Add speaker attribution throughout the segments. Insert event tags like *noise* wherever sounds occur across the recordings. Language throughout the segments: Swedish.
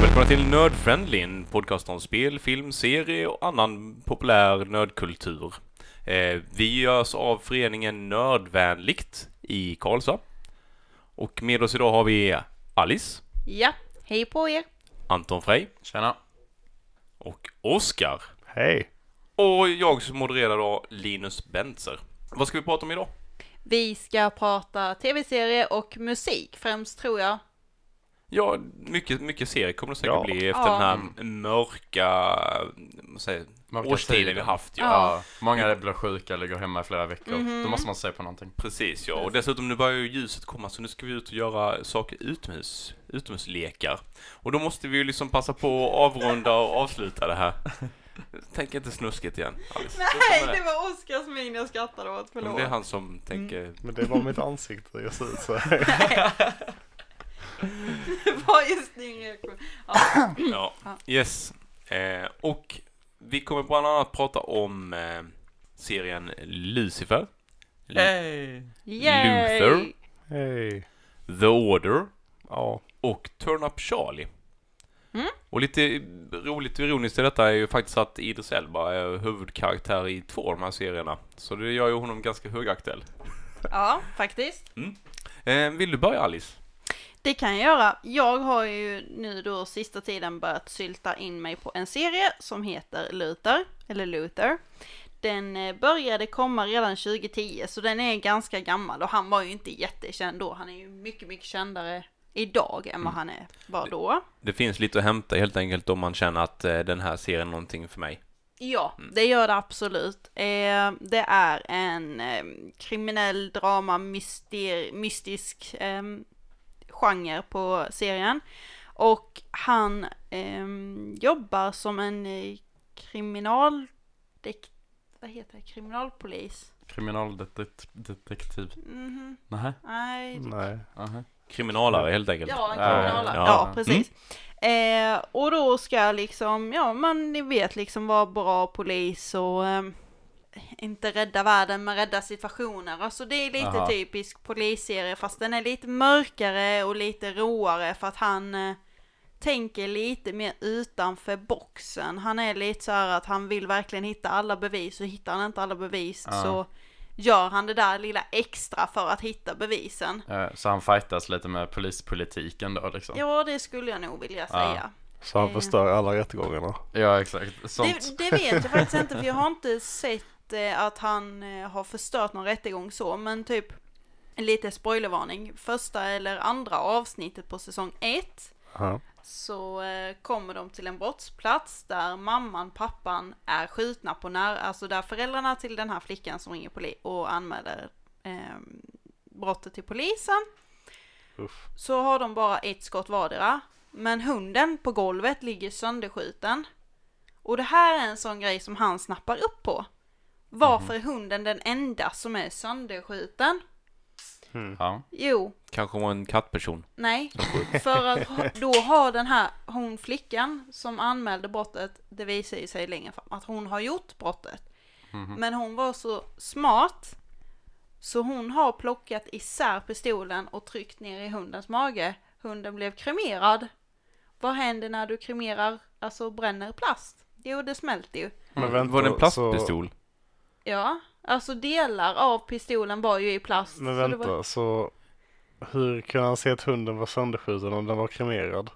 Speaker 1: välkomna till Nördfriendly, en podcast om spel, film, serie och annan populär nördkultur. Eh, vi görs av föreningen Nördvänligt i Karlstad. Och med oss idag har vi Alice,
Speaker 2: Ja, hej på er!
Speaker 1: Anton Frey
Speaker 3: Tjena.
Speaker 1: och Oskar.
Speaker 3: Hej.
Speaker 1: Och jag som modererar då, Linus Bentzer. Vad ska vi prata om idag?
Speaker 2: Vi ska prata tv-serie och musik främst tror jag.
Speaker 1: Ja, mycket, mycket serier kommer det säkert
Speaker 3: Ja.
Speaker 1: bli efter
Speaker 2: Ja.
Speaker 1: den här mörka, vad säger,
Speaker 3: Mörka
Speaker 1: årstiden vi
Speaker 3: tiden.
Speaker 1: haft. Ja.
Speaker 2: Ja. Mhm.
Speaker 3: Ja, många blir sjuka eller går hemma i flera veckor. Då måste man se på någonting.
Speaker 1: Precis ja, och dessutom nu börjar ju ljuset komma så nu ska vi ut och göra saker utomhus, utomhuslekar. Och då måste vi ju liksom passa på att avrunda och avsluta det *laughs* här. Tänk inte snuskigt igen, Alice. Sluta med det.
Speaker 2: var Oskars min jag skrattade åt,
Speaker 1: Men det är Mm. han som *clears throat* tänker,
Speaker 4: Men det var mitt ansikte jag ser ut så här.
Speaker 2: *laughs* Det var just din reaktion.
Speaker 1: ja, yes. Eh, och vi kommer bland annat prata om eh, serien Lucifer,
Speaker 3: Hej.
Speaker 2: Yay!
Speaker 1: Luther.
Speaker 4: Hej.
Speaker 1: The Order
Speaker 4: Ja.
Speaker 1: och Turn Up Charlie.
Speaker 2: Mm.
Speaker 1: Och lite roligt och ironiskt i detta är ju faktiskt att Idris Elba är huvudkaraktär i två av de här serierna. Så det gör ju honom ganska högaktuell.
Speaker 2: Ja, faktiskt.
Speaker 1: Eh, vill du börja Alice?
Speaker 2: Det kan jag göra. Jag har ju nu då sista tiden börjat sylta in mig på en serie som heter Luther, eller Luther. Den eh, började komma redan 2010 så den är ganska gammal och han var ju inte jättekänd då. Han är ju mycket, mycket kändare idag än
Speaker 1: Mm.
Speaker 2: vad han är var då.
Speaker 1: Det finns lite att hämta helt enkelt om man känner att eh, den här serien är någonting för mig.
Speaker 2: Ja, det gör det absolut. Eh, det är en eh, kriminell drama myster, mystisk eh, genre på serien. Och han eh, jobbar som en eh, kriminal... Vad heter det? Kriminalpolis?
Speaker 3: Kriminaldetektiv.
Speaker 2: Mhm,
Speaker 3: Nähä.
Speaker 2: nej,
Speaker 4: Nej.
Speaker 3: Aha.
Speaker 1: Kriminalare helt enkelt. Eh,
Speaker 2: Ja, en
Speaker 3: Ja, Mm.
Speaker 2: kriminalare. Ja,
Speaker 1: ja.
Speaker 2: precis. Eh, och då ska liksom, ja men ni vet liksom vara bra polis och eh, inte rädda världen men rädda situationer. Alltså det är lite
Speaker 3: Aha.
Speaker 2: typisk polisserie fast den är lite mörkare och lite råare för att han eh, tänker lite mer utanför boxen. Han är lite så här att han vill verkligen hitta alla bevis och hittar han inte alla bevis
Speaker 3: Ja.
Speaker 2: så gör han det där lilla extra för att hitta bevisen.
Speaker 3: Eh, Så han fightas lite med polispolitiken då liksom.
Speaker 2: Ja, det skulle jag nog vilja
Speaker 3: Ja.
Speaker 2: säga.
Speaker 4: Så han
Speaker 2: Eh.
Speaker 4: förstör alla rättegångarna.
Speaker 3: Ja, exakt. Sånt.
Speaker 2: Det, det vet jag faktiskt inte, för jag har inte sett eh, att han eh, har förstört någon rättegång så, men typ lite spoilervarning. Första eller andra avsnittet på säsong ett
Speaker 4: Ja.
Speaker 2: så eh, kommer de till en brottsplats där mamman, pappan är skjutna på när, alltså där föräldrarna till den här flickan som ringer poli- och anmäler eh, brottet till polisen
Speaker 4: Uff.
Speaker 2: så har de bara ett skott vardera. Men hunden på golvet ligger sönderskjuten. Och det här är en sån grej som han snappar upp på. Varför är hunden den enda som är sönderskjuten?
Speaker 3: Ja.
Speaker 2: Jo,
Speaker 1: Kanske var en kattperson.
Speaker 2: nej. För att ha- då har den här hon flickan som anmälde brottet, det visar ju sig längre fram, att hon har gjort brottet. Men hon var så smart så hon har plockat isär pistolen och tryckt ner i hundens mage. Hunden blev kremerad. Vad händer när du kremerar, alltså bränner plast? Jo, det smälter ju.
Speaker 4: Men vänta,
Speaker 1: var det en plastpistol?
Speaker 2: Ja, alltså delar av pistolen var ju i plast.
Speaker 4: Så, men
Speaker 2: så det
Speaker 4: vänta,
Speaker 2: var-
Speaker 4: så hur kan han se att hunden var sönderskjuten om den var kremerad?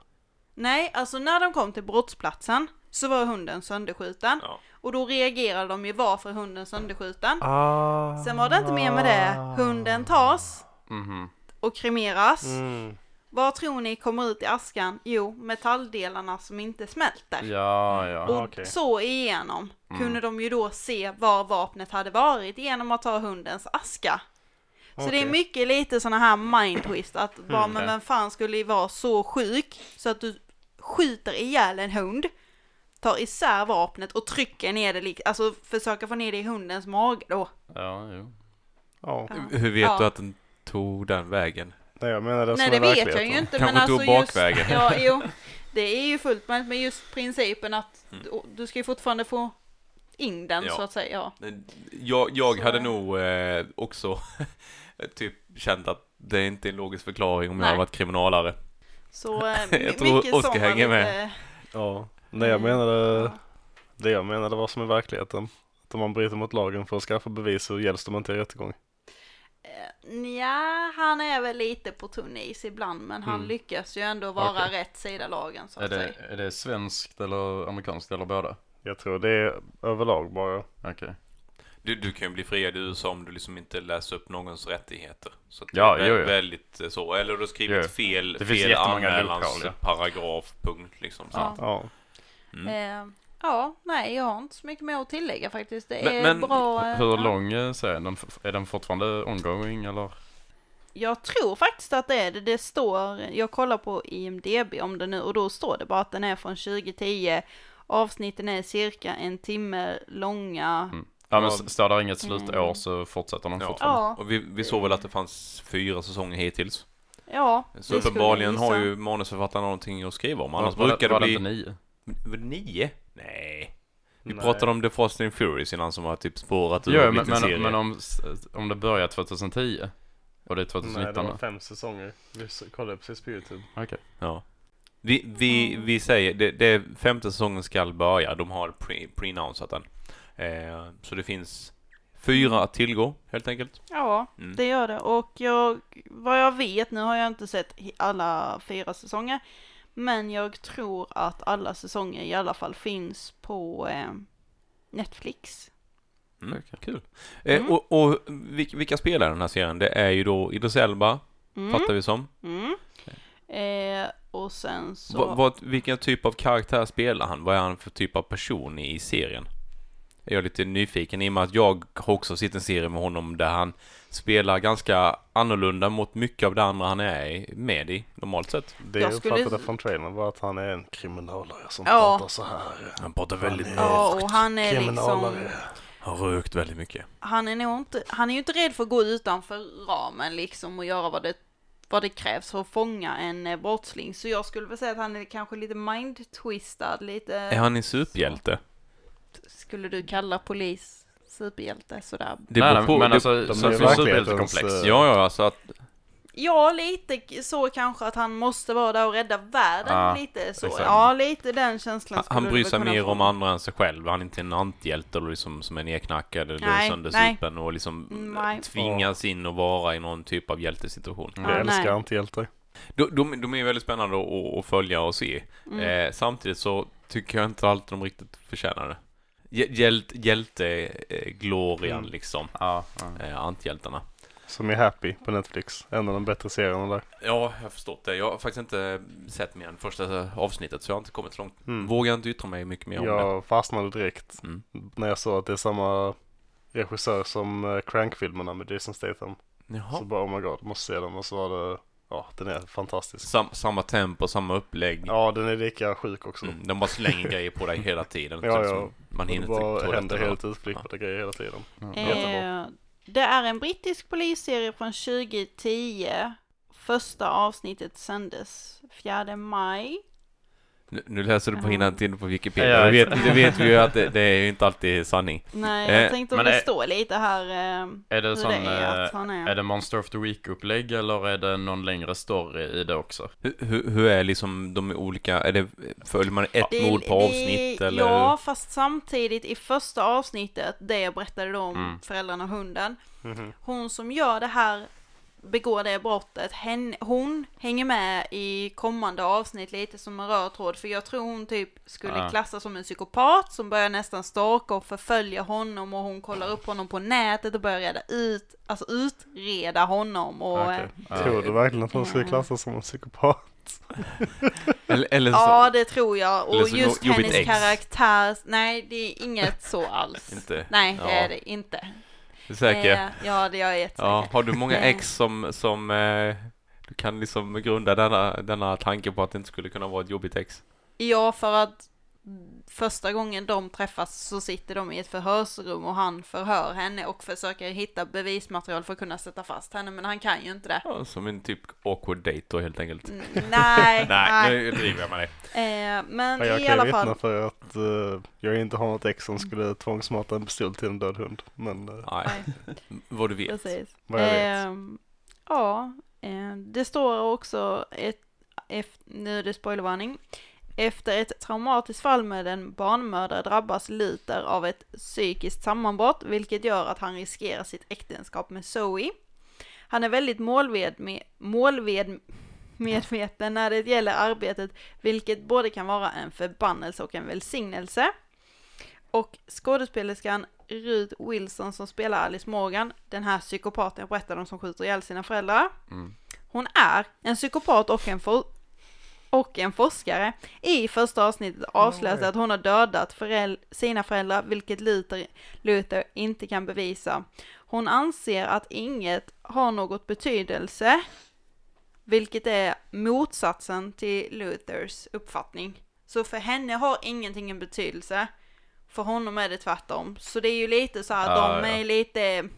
Speaker 2: Nej, alltså när de kom till brottsplatsen så var hunden sönderskjuten.
Speaker 1: Ja.
Speaker 2: Och då reagerade de ju varför hunden sönderskjuten.
Speaker 4: Ah.
Speaker 2: Sen var det inte mer med det. Hunden tas
Speaker 3: Mhm.
Speaker 2: och kremeras.
Speaker 4: Mm.
Speaker 2: Vad tror ni kommer ut i askan? Jo, metalldelarna som inte smälter.
Speaker 3: Ja, ja.
Speaker 2: Och
Speaker 4: okej.
Speaker 2: så igenom kunde de ju då se var vapnet hade varit genom att ta hundens aska. Så det är
Speaker 4: Okej.
Speaker 2: mycket lite sådana här mind twist att bara, men
Speaker 3: okej.
Speaker 2: vem fan skulle ju vara så sjuk så att du skjuter ihjäl en hund, tar isär vapnet och trycker ner det, lik- alltså försöker få ner det i hundens mage då.
Speaker 3: Ja, jo.
Speaker 4: Ja.
Speaker 1: Hur vet
Speaker 2: Ja.
Speaker 1: du att den tog den vägen?
Speaker 4: Nej jag menar det
Speaker 2: Nej
Speaker 4: som
Speaker 2: det
Speaker 4: är
Speaker 2: vet jag
Speaker 4: verkligheten.
Speaker 2: ju inte
Speaker 1: Kanske
Speaker 2: men
Speaker 1: inte
Speaker 2: alltså
Speaker 1: gå bakvägen.
Speaker 2: just, ja, jo, det är ju fullt möjligt men just principen att du- du ska ju fortfarande få in den
Speaker 1: Ja.
Speaker 2: så att säga. Ja.
Speaker 1: Jag, jag
Speaker 2: Så-
Speaker 1: hade nog eh, *laughs* också typ känt att det inte är en logisk förklaring om jag
Speaker 2: Nej.
Speaker 1: hade varit kriminalare.
Speaker 2: Så eh,
Speaker 1: *laughs* Jag tror
Speaker 2: mycket
Speaker 1: Oskar
Speaker 2: som var
Speaker 1: hänger med.
Speaker 2: lite-
Speaker 4: Ja, det jag eh, menade,
Speaker 2: Mm.
Speaker 4: det jag menade var som i verkligheten. Att om man bryter mot lagen för att skaffa bevis så gälls de inte i rättegång.
Speaker 2: Ja, han är väl lite på tunn is ibland men han
Speaker 3: Mm.
Speaker 2: lyckas ju ändå vara
Speaker 3: Okej.
Speaker 2: rätt sida lagen så
Speaker 3: Är
Speaker 2: att
Speaker 3: det,
Speaker 2: säga.
Speaker 3: är det svenskt eller amerikanskt eller båda?
Speaker 4: Jag tror det är överlag bara.
Speaker 3: Okej.
Speaker 1: Du, du kan ju bli friad i USA om du liksom inte läser upp någons rättigheter. Så att
Speaker 3: Ja,
Speaker 1: det är
Speaker 3: jo,
Speaker 1: vä-
Speaker 3: jo.
Speaker 1: väldigt eh, så. Eller du har skrivit
Speaker 3: Jo.
Speaker 1: fel,
Speaker 3: Det finns
Speaker 1: fel
Speaker 3: jättemånga
Speaker 1: anmälans
Speaker 3: loophole,
Speaker 1: paragraf, punkt liksom. Så.
Speaker 2: Ja.
Speaker 4: Ja,
Speaker 1: mm.
Speaker 2: Eh, ja, nej jag har inte så mycket mer att tillägga faktiskt. Det
Speaker 1: Men-
Speaker 2: är
Speaker 1: men
Speaker 2: bra. eh,
Speaker 3: Hur
Speaker 2: ja.
Speaker 3: lång eh, serie är den? F- Är den fortfarande ongoing eller?
Speaker 2: Jag tror faktiskt att det är det. Det står, jag kollar på IMDB om det nu och då står det bara att den är från 2010. Avsnitten är cirka en timme långa.
Speaker 3: Mm. Ja men
Speaker 1: Ja.
Speaker 3: s- står där inget slutår så fortsätter den
Speaker 1: Ja.
Speaker 3: fortfarande.
Speaker 2: Mm. Ja,
Speaker 1: Och vi, vi såg väl att det fanns fyra säsonger hittills.
Speaker 2: ja. det
Speaker 1: Så
Speaker 2: skulle jag
Speaker 1: uppenbarligen har
Speaker 2: gissa.
Speaker 1: ju manusförfattarna någonting att skriva om.
Speaker 3: Var-
Speaker 1: Annars
Speaker 3: var,
Speaker 1: brukar
Speaker 3: var
Speaker 1: det bli...
Speaker 3: det inte nio?
Speaker 1: Var det nio? Nej. Vi
Speaker 4: Nej.
Speaker 1: pratade om The Fast and Furious innan som har typ spårat ur
Speaker 3: Jo
Speaker 1: och
Speaker 3: men,
Speaker 1: blivit en serie.
Speaker 3: men, men om, s- om det börjar 2010 och det är
Speaker 4: nej det
Speaker 3: 2019
Speaker 4: var
Speaker 3: nu?
Speaker 4: fem säsonger. Vi s- kollade precis på Youtube.
Speaker 3: Okej.
Speaker 1: Ja. Vi, vi, vi säger, det, det är femte säsongen ska börja. De har pre- pre-annonsat den. Eh, så det finns fyra att tillgå, helt enkelt.
Speaker 2: Ja,
Speaker 1: Mm.
Speaker 2: det gör det. Och jag, vad jag vet, nu har jag inte sett he- alla fyra säsonger, men jag tror att alla säsonger i alla fall finns på eh, Netflix.
Speaker 1: Mm,
Speaker 3: Okej.
Speaker 1: Kul. Eh,
Speaker 2: Mm.
Speaker 1: Och, och vil- vilka spelar den här serien? Det är ju då Idris Elba,
Speaker 2: Mm,
Speaker 1: fattar vi som.
Speaker 2: mm. Eh, och sen så...
Speaker 1: Va, vad, vilken typ av karaktär spelar han? Vad är han för typ av person i serien? Jag är lite nyfiken i och med att jag har också sett en serie med honom där han spelar ganska annorlunda mot mycket av det andra han är i- med i normalt sett.
Speaker 4: Det
Speaker 2: Jag
Speaker 4: jag
Speaker 2: skulle-
Speaker 4: uppfattade från trailern var att han är en kriminalare som
Speaker 2: Ja.
Speaker 4: pratar så här.
Speaker 1: Han pratar
Speaker 4: väldigt
Speaker 2: Ja, och han är
Speaker 4: Kriminalare.
Speaker 2: liksom,
Speaker 1: Har rökt väldigt mycket.
Speaker 2: han är nog inte, han är ju inte rädd för att gå utanför ramen liksom och göra vad det, vad det krävs för att fånga en eh, brottsling. Så jag skulle väl säga att han är kanske lite mind-twistad, lite...
Speaker 1: Är han en superhjälte?
Speaker 2: skulle du kalla polis superhjälte sådär?
Speaker 1: Det
Speaker 3: nej,
Speaker 1: beror
Speaker 3: nej, men
Speaker 1: det-
Speaker 3: alltså, så
Speaker 4: är
Speaker 3: det
Speaker 4: ju
Speaker 3: finns
Speaker 4: verkligen
Speaker 3: superhjältekomplex.
Speaker 4: ens, eh,
Speaker 1: Ja, ja, alltså att...
Speaker 2: Ja, lite k- så kanske att han måste vara där och rädda världen
Speaker 3: Ja,
Speaker 2: lite så.
Speaker 3: exakt.
Speaker 2: Ja, lite den känslan
Speaker 1: Han,
Speaker 2: skulle
Speaker 1: han
Speaker 2: du
Speaker 1: bryr
Speaker 2: väl
Speaker 1: sig
Speaker 2: kunna
Speaker 1: mer
Speaker 2: få.
Speaker 1: om andra än sig själv. Han är inte en antihjälte eller liksom, som är nerknackad eller
Speaker 2: Nej, Mm,
Speaker 1: söndersupen och liksom
Speaker 2: Nej.
Speaker 1: tvingas in och vara i någon typ av hjältesituation.
Speaker 3: Mm.
Speaker 4: Jag
Speaker 2: Ja, nej.
Speaker 4: älskar antihjältar.
Speaker 1: De, de, de är väldigt spännande att, att- att följa och se.
Speaker 2: Mm.
Speaker 1: Eh, samtidigt så tycker jag inte alltid de riktigt förtjänar det. Hjä- Hjält, Hjälte-glorian
Speaker 4: Mm.
Speaker 1: eh, liksom.
Speaker 3: Ja, ja.
Speaker 1: Eh, antihjältarna.
Speaker 4: Som är Happy på Netflix. En av de bättre serierna där.
Speaker 1: Ja, jag har förstått det. Jag har faktiskt inte sett mer än första avsnittet så jag har inte kommit så långt.
Speaker 4: Mm.
Speaker 1: Vågar inte yttra mig mycket mer om det.
Speaker 4: Jag fastnade direkt
Speaker 1: Mm.
Speaker 4: när jag såg att det är samma regissör som eh, Crank-filmerna med Jason Statham. Så
Speaker 1: Jaha.
Speaker 4: bara oh my god, måste se den. Och så var det, ja den är fantastisk.
Speaker 1: Sam, samma tempo, samma upplägg.
Speaker 4: Ja den är lika sjuk också.
Speaker 1: Mm, de bara slänger grejer på dig hela tiden.
Speaker 4: Ja,
Speaker 1: typ
Speaker 4: ja.
Speaker 1: som Man
Speaker 4: Det
Speaker 1: hinner
Speaker 4: bara
Speaker 1: inte
Speaker 4: händer
Speaker 1: toaletten.
Speaker 4: helt utflippade grejer hela tiden.
Speaker 3: Mm. Jättebra.
Speaker 2: Eh, det är en brittisk polisserie från 2010. Första avsnittet sändes 4 maj.
Speaker 1: Nu, nu läser du på
Speaker 2: Ja.
Speaker 1: innantill på Wikipedia.
Speaker 3: Ja,
Speaker 1: det, vet,
Speaker 3: exakt.
Speaker 1: det vet vi ju att det, det är ju inte alltid sanning.
Speaker 2: Nej,
Speaker 1: Eh,
Speaker 2: jag tänkte att
Speaker 3: men
Speaker 2: det
Speaker 3: är-
Speaker 2: står lite här eh,
Speaker 3: Är det
Speaker 2: hur
Speaker 3: sån,
Speaker 2: det är
Speaker 3: eh,
Speaker 2: att han är.
Speaker 3: är det Monster of the Week-upplägg eller är det någon längre story i det också?
Speaker 1: Hur, hur, hur är liksom de olika, är det, följer man ett
Speaker 2: Det-
Speaker 1: mord på
Speaker 2: det-
Speaker 1: avsnitt eller?
Speaker 2: Ja, fast samtidigt i första avsnittet, det jag berättade då om
Speaker 3: Mm.
Speaker 2: föräldrarna och hunden.
Speaker 4: Mhm.
Speaker 2: Hon som gör det här, begår det brottet, hen, hon hänger med i kommande avsnitt lite som en röd tråd. För jag tror hon typ skulle
Speaker 3: Ah.
Speaker 2: klassas som en psykopat som börjar nästan stalka och förfölja honom och hon kollar upp honom på nätet och börjar reda ut, alltså utreda honom och...
Speaker 3: Okej.
Speaker 2: eh,
Speaker 3: Ja.
Speaker 4: Tror du verkligen att hon skulle
Speaker 2: Ja.
Speaker 4: klassas som en psykopat?
Speaker 1: Eller, eller så,
Speaker 2: Ja, det tror jag.
Speaker 1: Eller
Speaker 2: Och
Speaker 1: så
Speaker 2: just
Speaker 1: jobbigt
Speaker 2: hennes
Speaker 1: ex.
Speaker 2: karaktär, nej det är inget så
Speaker 1: *laughs*
Speaker 2: alls.
Speaker 1: Inte?
Speaker 2: Nej, det
Speaker 1: Ja.
Speaker 2: är det inte.
Speaker 1: säker?
Speaker 2: Eh, ja, det är jag jättesäker.
Speaker 1: Ja, har du många
Speaker 2: Nej.
Speaker 1: ex som, som eh, du kan liksom grunda denna, denna tanke på att det inte skulle kunna vara ett jobbigt ex?
Speaker 2: Ja, för att första gången de träffas så sitter de i ett förhörsrum och han förhör henne och försöker hitta bevismaterial för att kunna sätta fast henne, men han kan ju inte det.
Speaker 1: Ja, som en typ awkward date då helt enkelt.
Speaker 4: *laughs*
Speaker 2: Mm, Nej,
Speaker 1: Nej,
Speaker 2: nej.
Speaker 1: nu driver jag med dig.
Speaker 2: Eh, men
Speaker 4: Ja, jag
Speaker 2: i
Speaker 4: kan ju
Speaker 2: alla
Speaker 4: vittna
Speaker 2: fall.
Speaker 4: för att eh, jag inte har något ex som skulle tvångsmata en pistol till en död hund. Men eh,
Speaker 1: Nej, vad du vet.
Speaker 2: Precis.
Speaker 4: vad jag vet.
Speaker 2: Ehm, ja, eh, det står ehm, också ett ef- nu är det spoilervarning. Efter ett traumatiskt fall med en barnmördare drabbas Luther av ett psykiskt sammanbrott, vilket gör att han riskerar sitt äktenskap med Zoe. Han är väldigt målved med, målved medveten när det gäller arbetet, vilket både kan vara en förbannelse och en välsignelse. Och skådespelerskan Ruth Wilson som spelar Alice Morgan, den här psykopaten jag berättade om som skjuter ihjäl sina föräldrar.
Speaker 3: Mm.
Speaker 2: Hon är en psykopat och en, for- och en forskare. I första avsnittet avslöjas att hon har dödat föräl- sina föräldrar, vilket Luther, Luther inte kan bevisa. Hon anser att inget har något betydelse, vilket är motsatsen till Luthers uppfattning. Så för henne har ingenting en betydelse. För honom är det tvärtom. Så det är ju lite så här,
Speaker 3: Ja,
Speaker 2: de
Speaker 3: ja.
Speaker 2: är lite...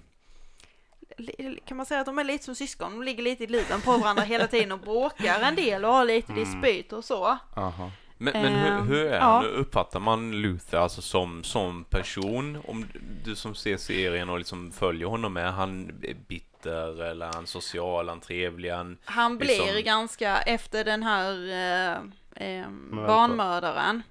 Speaker 2: li- Kan man säga att de är lite som syskon? De ligger lite i luven på varandra hela tiden och bråkar en del och har lite dispyt och så.
Speaker 3: Aha.
Speaker 1: Men, men hur,
Speaker 2: Ehm,
Speaker 1: hur är
Speaker 2: ja.
Speaker 1: han? Uppfattar man Luther alltså som, som person? Om du som ser serien och liksom följer honom, är han bitter eller är han social, är han trevlig? Han...
Speaker 2: Han blir
Speaker 1: Liksom-
Speaker 2: ganska, efter den här eh, eh,
Speaker 4: vänta.
Speaker 2: barnmördaren.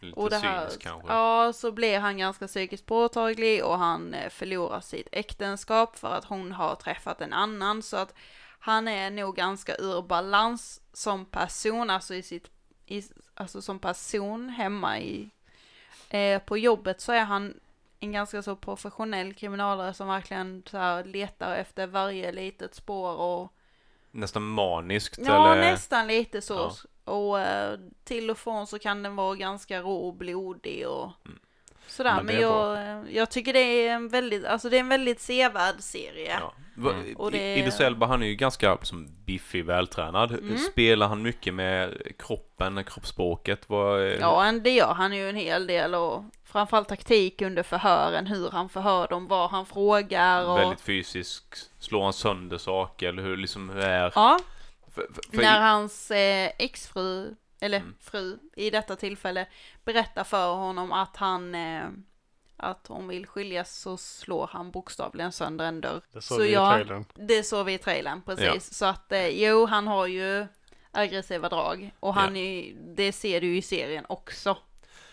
Speaker 1: Lite
Speaker 2: Och det här,
Speaker 1: cynisk kanske?
Speaker 2: ja, så blir han ganska psykiskt påtaglig och han eh, förlorar sitt äktenskap för att hon har träffat en annan. Så att han är nog ganska ur balans som person, alltså, i sitt, i, alltså som person hemma i... Eh, på jobbet så är han en ganska så professionell kriminalare som verkligen så här letar efter varje litet spår och
Speaker 1: Nästan maniskt
Speaker 2: Ja,
Speaker 1: eller?
Speaker 2: nästan lite så. Och eh, till och från så kan den vara ganska rå och blodig och sådär. Men,
Speaker 1: Mm. Men det är
Speaker 2: jag, eh, jag tycker det är en väldigt, alltså det är en väldigt sevärd serie.
Speaker 1: Ja. Va-
Speaker 2: Och det-
Speaker 1: I- Idris Elba, han är ju ganska liksom, biffig, vältränad.
Speaker 2: Mm.
Speaker 1: Spelar han mycket med kroppen, kroppsspråket? Vad,
Speaker 2: Ja, en det gör han ju en hel del och framförallt taktik under förhören, hur han förhör dem, vad han frågar och...
Speaker 1: Väldigt fysisk, slår han sönder saker eller hur, liksom, hur är...
Speaker 2: Ja,
Speaker 1: För, för, Mm. för,
Speaker 2: när hans eh, exfru, eller fru i detta tillfälle, berättar för honom att han eh, att hon vill skiljas så slår han bokstavligen sönder en dörr.
Speaker 4: Det såg
Speaker 2: så
Speaker 4: vi i
Speaker 2: jag-
Speaker 4: trailern.
Speaker 2: Det såg vi i trailern, precis.
Speaker 1: Ja.
Speaker 2: Så att eh, jo, han har ju aggressiva drag och han är, det ser du ju i serien också.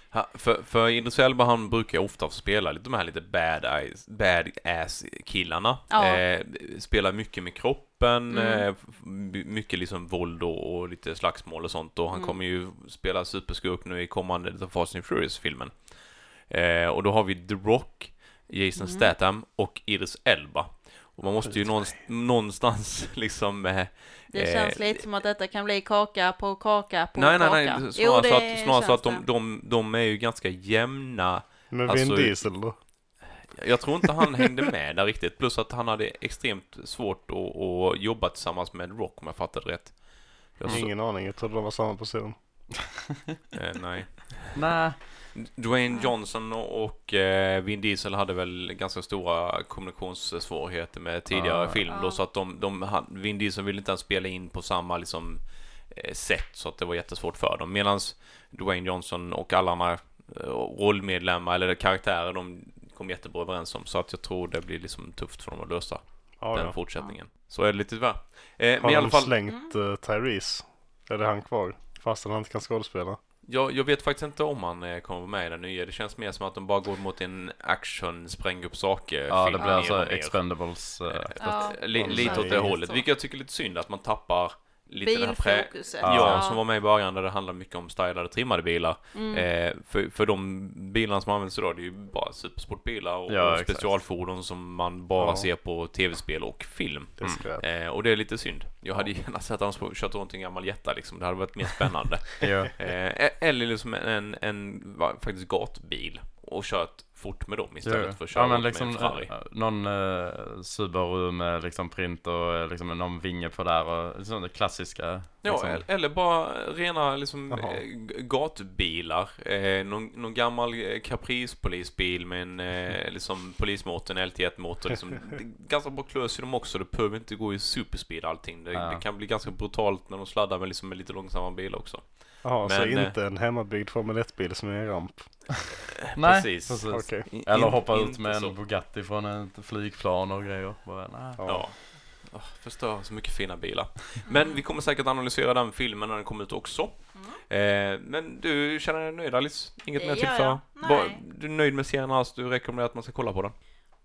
Speaker 1: ha- för, för Idris Elba, han brukar ju ofta spela lite de här lite bad, eyes, bad ass killarna.
Speaker 2: Ja.
Speaker 1: Eh, spelar mycket med kroppen,
Speaker 2: Mm.
Speaker 1: eh, f- my- mycket liksom våld och, och lite slagsmål och sånt. Och han
Speaker 2: Mm.
Speaker 1: kommer ju spela superskurk nu i kommande The Fast and Furious-filmen. Eh, och då har vi The Rock, Jason
Speaker 2: Mm.
Speaker 1: Statham och Idris Elba. Och man måste ju någonstans, någonstans *laughs* liksom... Eh, eh,
Speaker 2: Det känns lite som att detta kan bli kaka på kaka på
Speaker 1: Nej, nej,
Speaker 2: kaka.
Speaker 1: nej.
Speaker 2: Jo,
Speaker 1: Snarare så
Speaker 2: det
Speaker 1: att, snarare så
Speaker 2: känns
Speaker 1: att de,
Speaker 2: det.
Speaker 1: de, de är ju ganska jämna.
Speaker 4: Men
Speaker 1: Alltså-
Speaker 4: Vin Diesel då?
Speaker 1: Jag tror inte han hängde med där riktigt. Plus att han hade extremt svårt att, att jobba tillsammans med Rock om jag fattade rätt. Jag så,
Speaker 4: Ingen aning, jag trodde de var samma person.
Speaker 1: eh, nej.
Speaker 3: Nej.
Speaker 1: Dwayne Johnson och eh, Vin Diesel hade väl ganska stora kommunikationssvårigheter med tidigare
Speaker 3: Ah.
Speaker 1: film då,
Speaker 2: Ah.
Speaker 1: så att de, de han, Vin Diesel ville inte ens spela in på samma liksom eh, sätt så att det var jättesvårt för dem. Medan Dwayne Johnson och alla andra eh, rollmedlemmar eller karaktärer de kom jättebra överens om så att jag tror det blir liksom tufft för dem att lösa
Speaker 4: Ja,
Speaker 1: den
Speaker 4: ja.
Speaker 1: fortsättningen. Så är det lite tyvärr. Eh, men
Speaker 4: Har
Speaker 1: i alla
Speaker 4: de
Speaker 1: fall,
Speaker 4: slängt
Speaker 2: Mm.
Speaker 4: eh, Tyrese? Är det han kvar? Fast han inte kan skådespela?
Speaker 1: jag, jag vet faktiskt inte om han eh, kommer vara med i den nya. Det känns mer som att de bara går mot en action, spräng upp saker
Speaker 3: Ja, det
Speaker 1: film
Speaker 3: blir
Speaker 1: mer
Speaker 3: alltså
Speaker 1: och mer.
Speaker 3: expendables. eh,
Speaker 2: Ja.
Speaker 1: Li,
Speaker 4: Precis.
Speaker 1: lite åt det hållet,
Speaker 2: Så.
Speaker 1: vilket jag tycker är lite synd att man tappar lite den här prä...
Speaker 2: Bilfokuset.
Speaker 1: Ja, som var med i början där det handlar mycket om stylade trimmade bilar. Eh, för, för de bilarna som används idag, det är ju bara supersportbilar och,
Speaker 3: Ja,
Speaker 1: och
Speaker 3: exakt.
Speaker 1: specialfordon som man bara
Speaker 4: Ja.
Speaker 1: ser på tv-spel och film.
Speaker 4: Det är skräp.
Speaker 1: Eh, och det är lite synd. Jag hade gärna sett att han kört runt i en gammal jätta liksom. Det hade varit mer spännande.
Speaker 3: *laughs* Ja.
Speaker 1: eh, eller liksom en, en, en va- faktiskt gatbil och kört fort med dem istället för att köra
Speaker 3: ja, men
Speaker 1: runt
Speaker 3: liksom
Speaker 1: med en Ferrari.
Speaker 3: eh, någon eh, Subaru med liksom print och eh, liksom någon vinge på där och liksom det klassiska.
Speaker 1: Ja,
Speaker 3: liksom.
Speaker 1: el- eller bara rena liksom
Speaker 4: Jaha.
Speaker 1: eh, g- gatbilar. Eh, någon, någon gammal eh, Caprice-polisbil med en eh, liksom polismotor, en LT1-motor. Liksom. Det är ganska bra klös i dem också. Det behöver inte gå i superspeed allting. Det,
Speaker 3: Ja.
Speaker 1: det kan bli ganska brutalt när de sladdar med, liksom, med lite långsamma bilar också.
Speaker 4: Jaha, så
Speaker 1: Men, eh,
Speaker 4: inte en hemmabyggd Formel 1-bil som är en ramp?
Speaker 3: Nej,
Speaker 1: precis.
Speaker 3: precis.
Speaker 4: Okej.
Speaker 1: In-
Speaker 3: Eller
Speaker 1: in-
Speaker 3: hoppa ut
Speaker 1: inte
Speaker 3: med en
Speaker 1: så.
Speaker 3: Bugatti från ett flygplan och grejer. Bara, nej.
Speaker 1: Ja. Åh, förstör så mycket fina bilar. Men vi kommer säkert analysera den filmen när den kommer ut också.
Speaker 2: Mm.
Speaker 1: Eh, men du känner dig nöjd Alice? Inget
Speaker 2: Det
Speaker 1: mer att
Speaker 2: gör
Speaker 1: tillföra?
Speaker 2: jag.
Speaker 1: Bara-
Speaker 2: Nej.
Speaker 1: Du är nöjd med serien alls? Du rekommenderar att man ska kolla på den?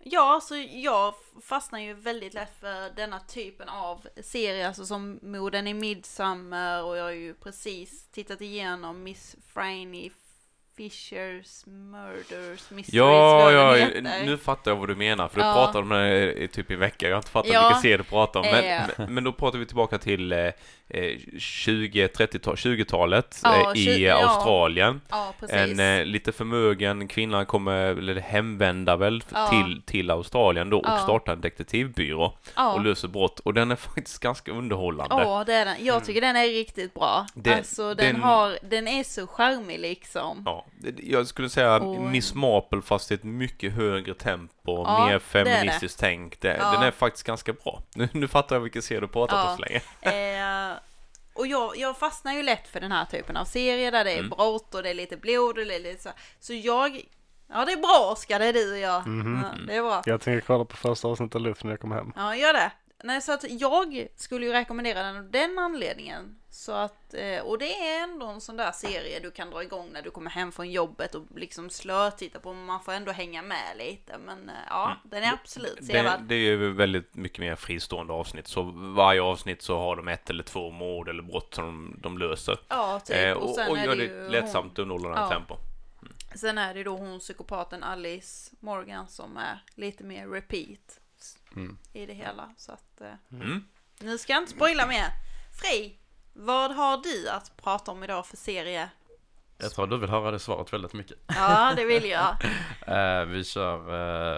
Speaker 2: Ja, så jag fastnar ju väldigt lätt för denna typen av serier, alltså som morden i Midsummer och jag har ju precis tittat igenom Miss Franny Fishers Murders Mysteries,
Speaker 1: Ja,
Speaker 2: vad den
Speaker 1: ja,
Speaker 2: heter.
Speaker 1: nu fattar jag vad du menar, för du
Speaker 2: Ja.
Speaker 1: pratade om det i typ i en vecka. Jag har inte fattat
Speaker 2: Ja.
Speaker 1: vilken serie du pratar om. Men,
Speaker 2: Eh.
Speaker 1: men- men då pratar vi tillbaka till eh, eh, 20, 30-tal, 20-talet
Speaker 2: Ja,
Speaker 1: eh,
Speaker 2: tju-
Speaker 1: i
Speaker 2: ja.
Speaker 1: Australien.
Speaker 2: Ja, precis.
Speaker 1: En eh, lite förmögen kvinna kommer, eller hemvända väl,
Speaker 2: Ja.
Speaker 1: till, till Australien då och
Speaker 2: Ja.
Speaker 1: startar en detektivbyrå
Speaker 2: ja.
Speaker 1: och löser brott. Och den är faktiskt ganska underhållande.
Speaker 2: Ja, det är den. Jag tycker den är riktigt bra.
Speaker 1: Det-
Speaker 2: alltså den,
Speaker 1: Mm. den-
Speaker 2: har, den är så charmig liksom.
Speaker 1: Ja, det- jag skulle säga
Speaker 2: Och-
Speaker 1: Miss Marple fast i ett mycket högre tempo,
Speaker 2: Ja, det är
Speaker 1: mer
Speaker 2: det.
Speaker 1: feministiskt tänk. Det,
Speaker 2: Ja.
Speaker 1: Den är faktiskt ganska bra. *laughs* Nu, nu fattar jag vilken serie du pratat
Speaker 2: Ja.
Speaker 1: om så länge.
Speaker 2: Eh, och jag, jag fastnar ju lätt för den här typen av serier där det
Speaker 1: Mm.
Speaker 2: är brott och det är lite blod och det är lite så. Så jag, ja det är bra Oskar, det är du och jag. Ja, det är bra.
Speaker 4: Jag tänker kolla på första avsnittet av Luther när jag kommer hem.
Speaker 2: Ja, gör det. Nej, så att jag skulle ju rekommendera den av den anledningen. Så att, eh, och det är ändå en sån där serie du kan dra igång när du kommer hem från jobbet och liksom slötitta på. men Man får ändå hänga med lite. Men eh, ja,
Speaker 1: Mm.
Speaker 2: den är absolut
Speaker 1: Det,
Speaker 2: sevärd.
Speaker 1: det är ju väldigt mycket mer fristående avsnitt, så varje avsnitt så har de ett eller två mord eller brott som de, de löser.
Speaker 2: Ja, typ.
Speaker 1: Eh,
Speaker 2: och sen
Speaker 1: och
Speaker 2: är
Speaker 1: gör
Speaker 2: det,
Speaker 1: det
Speaker 2: ju
Speaker 1: lättsamt underhållande
Speaker 2: Ja.
Speaker 1: tempo.
Speaker 2: Hon, sen är det då hon psykopaten Alice Morgan som är lite mer repeat
Speaker 3: Mm.
Speaker 2: i det hela. Så att eh,
Speaker 1: Mm.
Speaker 2: nu ska jag inte spoila mer. Frej, vad har du att prata om idag för serie?
Speaker 3: Jag tror du vill höra det svaret väldigt mycket.
Speaker 2: Ja, det vill jag.
Speaker 3: Eh, vi kör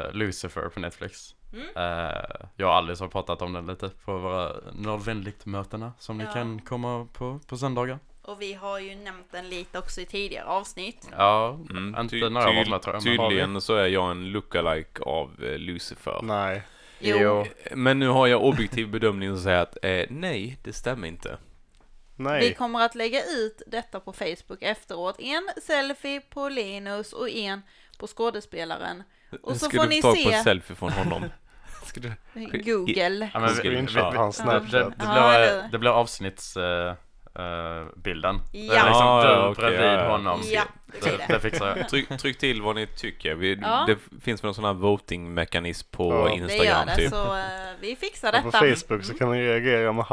Speaker 3: eh, Lucifer på Netflix. Eh, jag och Alice har pratat om den lite på våra Nordvänligt-mötena som
Speaker 2: Ja.
Speaker 3: ni kan komma på på söndagar.
Speaker 2: Och vi har ju nämnt den lite också i tidigare avsnitt.
Speaker 3: Ja,
Speaker 1: Mm.
Speaker 3: inte
Speaker 1: Ty-
Speaker 3: när jag var
Speaker 1: ty-
Speaker 3: med tror jag. men har vi-
Speaker 1: Tydligen så är jag en lookalike av eh, Lucifer.
Speaker 4: Nej.
Speaker 2: Jo.
Speaker 1: Men nu har jag objektiv *laughs* bedömning som säger att eh, nej, det stämmer inte.
Speaker 2: Vi
Speaker 4: Nej.
Speaker 2: kommer att lägga ut detta på Facebook efteråt. En selfie på Linus och en på skådespelaren. Och så
Speaker 1: Ska
Speaker 2: får
Speaker 1: du
Speaker 2: ni
Speaker 1: ta på en
Speaker 2: se
Speaker 1: selfie från
Speaker 2: *laughs*
Speaker 1: honom? Ska du...
Speaker 2: Google.
Speaker 3: Ja, men vi, vi, vi,
Speaker 4: Screenshot på hans
Speaker 3: det, det,
Speaker 4: Snapchat.
Speaker 3: det,
Speaker 2: Ja,
Speaker 3: blir,
Speaker 2: det-
Speaker 3: det blir avsnitts... eh, eh, bilden. Det
Speaker 2: Ja.
Speaker 3: är liksom
Speaker 1: Ja,
Speaker 3: du
Speaker 1: ja, okej,
Speaker 3: bredvid
Speaker 1: ja, ja.
Speaker 3: honom.
Speaker 2: Ja, det blir
Speaker 3: det,
Speaker 2: det.
Speaker 3: fixar jag.
Speaker 1: Tryck, tryck till vad ni tycker. Vi,
Speaker 2: Ja.
Speaker 1: Det finns väl någon sån här voting-mekanism på
Speaker 4: Ja.
Speaker 2: Det gör
Speaker 1: Instagram
Speaker 2: det,
Speaker 1: typ.
Speaker 2: så eh, vi fixar
Speaker 4: Och på
Speaker 2: detta.
Speaker 4: Facebook så kan man reagera med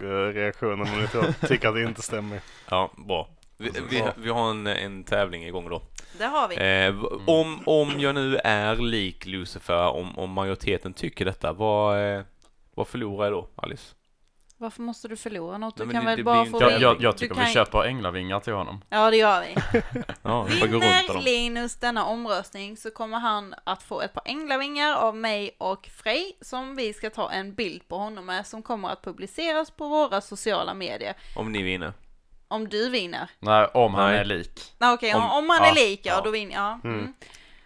Speaker 4: haha-reaktionen om ni tror- tycker att det inte stämmer.
Speaker 1: Ja, bra. Vi, vi, vi har en, en tävling igång då.
Speaker 2: Det har vi.
Speaker 1: Eh, v-
Speaker 3: Mm.
Speaker 1: om, om jag nu är lik Lucifer, om, om majoriteten tycker detta, vad, eh, vad förlorar jag då, Alice?
Speaker 2: Varför måste du förlora något? Du
Speaker 1: Nej, men
Speaker 2: kan
Speaker 1: det-
Speaker 2: väl
Speaker 1: det
Speaker 2: bara
Speaker 1: blir ju
Speaker 2: få
Speaker 1: inte-
Speaker 3: Jag,
Speaker 2: vin-
Speaker 3: jag, jag tycker
Speaker 2: du kan-
Speaker 3: vi köper änglavingar till honom.
Speaker 2: Ja, det gör vi.
Speaker 1: Ja, jag får gå runt på
Speaker 2: Vinner
Speaker 1: dem.
Speaker 2: Linus denna omröstning så kommer han att få ett par änglavingar av mig och Frej som vi ska ta en bild på honom med som kommer att publiceras på våra sociala medier.
Speaker 1: Om ni vinner.
Speaker 2: Om du vinner.
Speaker 3: Nej, om han
Speaker 1: Nej.
Speaker 3: är lik.
Speaker 2: Nej, Okej, om,
Speaker 1: Om-
Speaker 2: om man
Speaker 1: ja,
Speaker 2: är lik ja,
Speaker 1: ja.
Speaker 2: då vinner jag. Mm.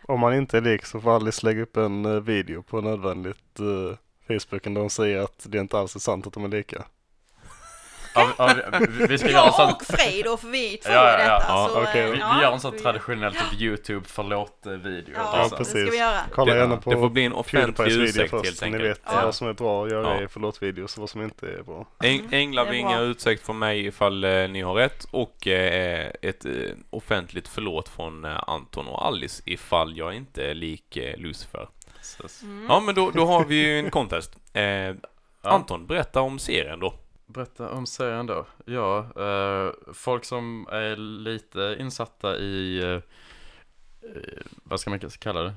Speaker 4: Om man inte är lik så får Alice lägga upp en eh, video på nödvändigt uh, Facebooken där hon säger att det inte alls är sant att de är lika.
Speaker 3: Ja, vi- ja, vi, vi ska göra en sån...
Speaker 2: Jag och Frej då, för vi är två
Speaker 3: Ja, ja,
Speaker 2: i
Speaker 3: ja.
Speaker 2: detta.
Speaker 1: Ja,
Speaker 2: så,
Speaker 4: okej.
Speaker 2: eh,
Speaker 3: Vi, vi gör en sån traditionell typ YouTube alltså. förlåt-video.
Speaker 2: Ja,
Speaker 4: Ja,
Speaker 2: det
Speaker 4: precis.
Speaker 2: ska vi göra.
Speaker 4: Kolla gärna
Speaker 1: Det, det får
Speaker 4: på
Speaker 1: bli en offentlig
Speaker 4: Pewdiepies video
Speaker 1: ursäkt
Speaker 4: först
Speaker 1: helt
Speaker 4: så ni
Speaker 1: enkelt.
Speaker 4: vet
Speaker 2: Ja.
Speaker 4: vad som är bra att göra
Speaker 1: Ja.
Speaker 4: i förlåt-videos och vad som inte är bra.
Speaker 1: Äng,
Speaker 2: Det är
Speaker 1: Änglavingar,
Speaker 2: bra.
Speaker 1: ursäkt från mig ifall eh, ni har rätt och eh, ett eh, offentligt förlåt från eh, Anton och Alice ifall jag inte är lik eh, Lucifer.
Speaker 2: Mm.
Speaker 3: Precis.
Speaker 1: Ja, men då, då har vi ju en
Speaker 2: *laughs*
Speaker 1: contest. Eh, Anton, berätta om serien då.
Speaker 3: Berätta om serien då. Ja, eh, folk som är lite insatta i, eh, eh, vad ska man kalla det?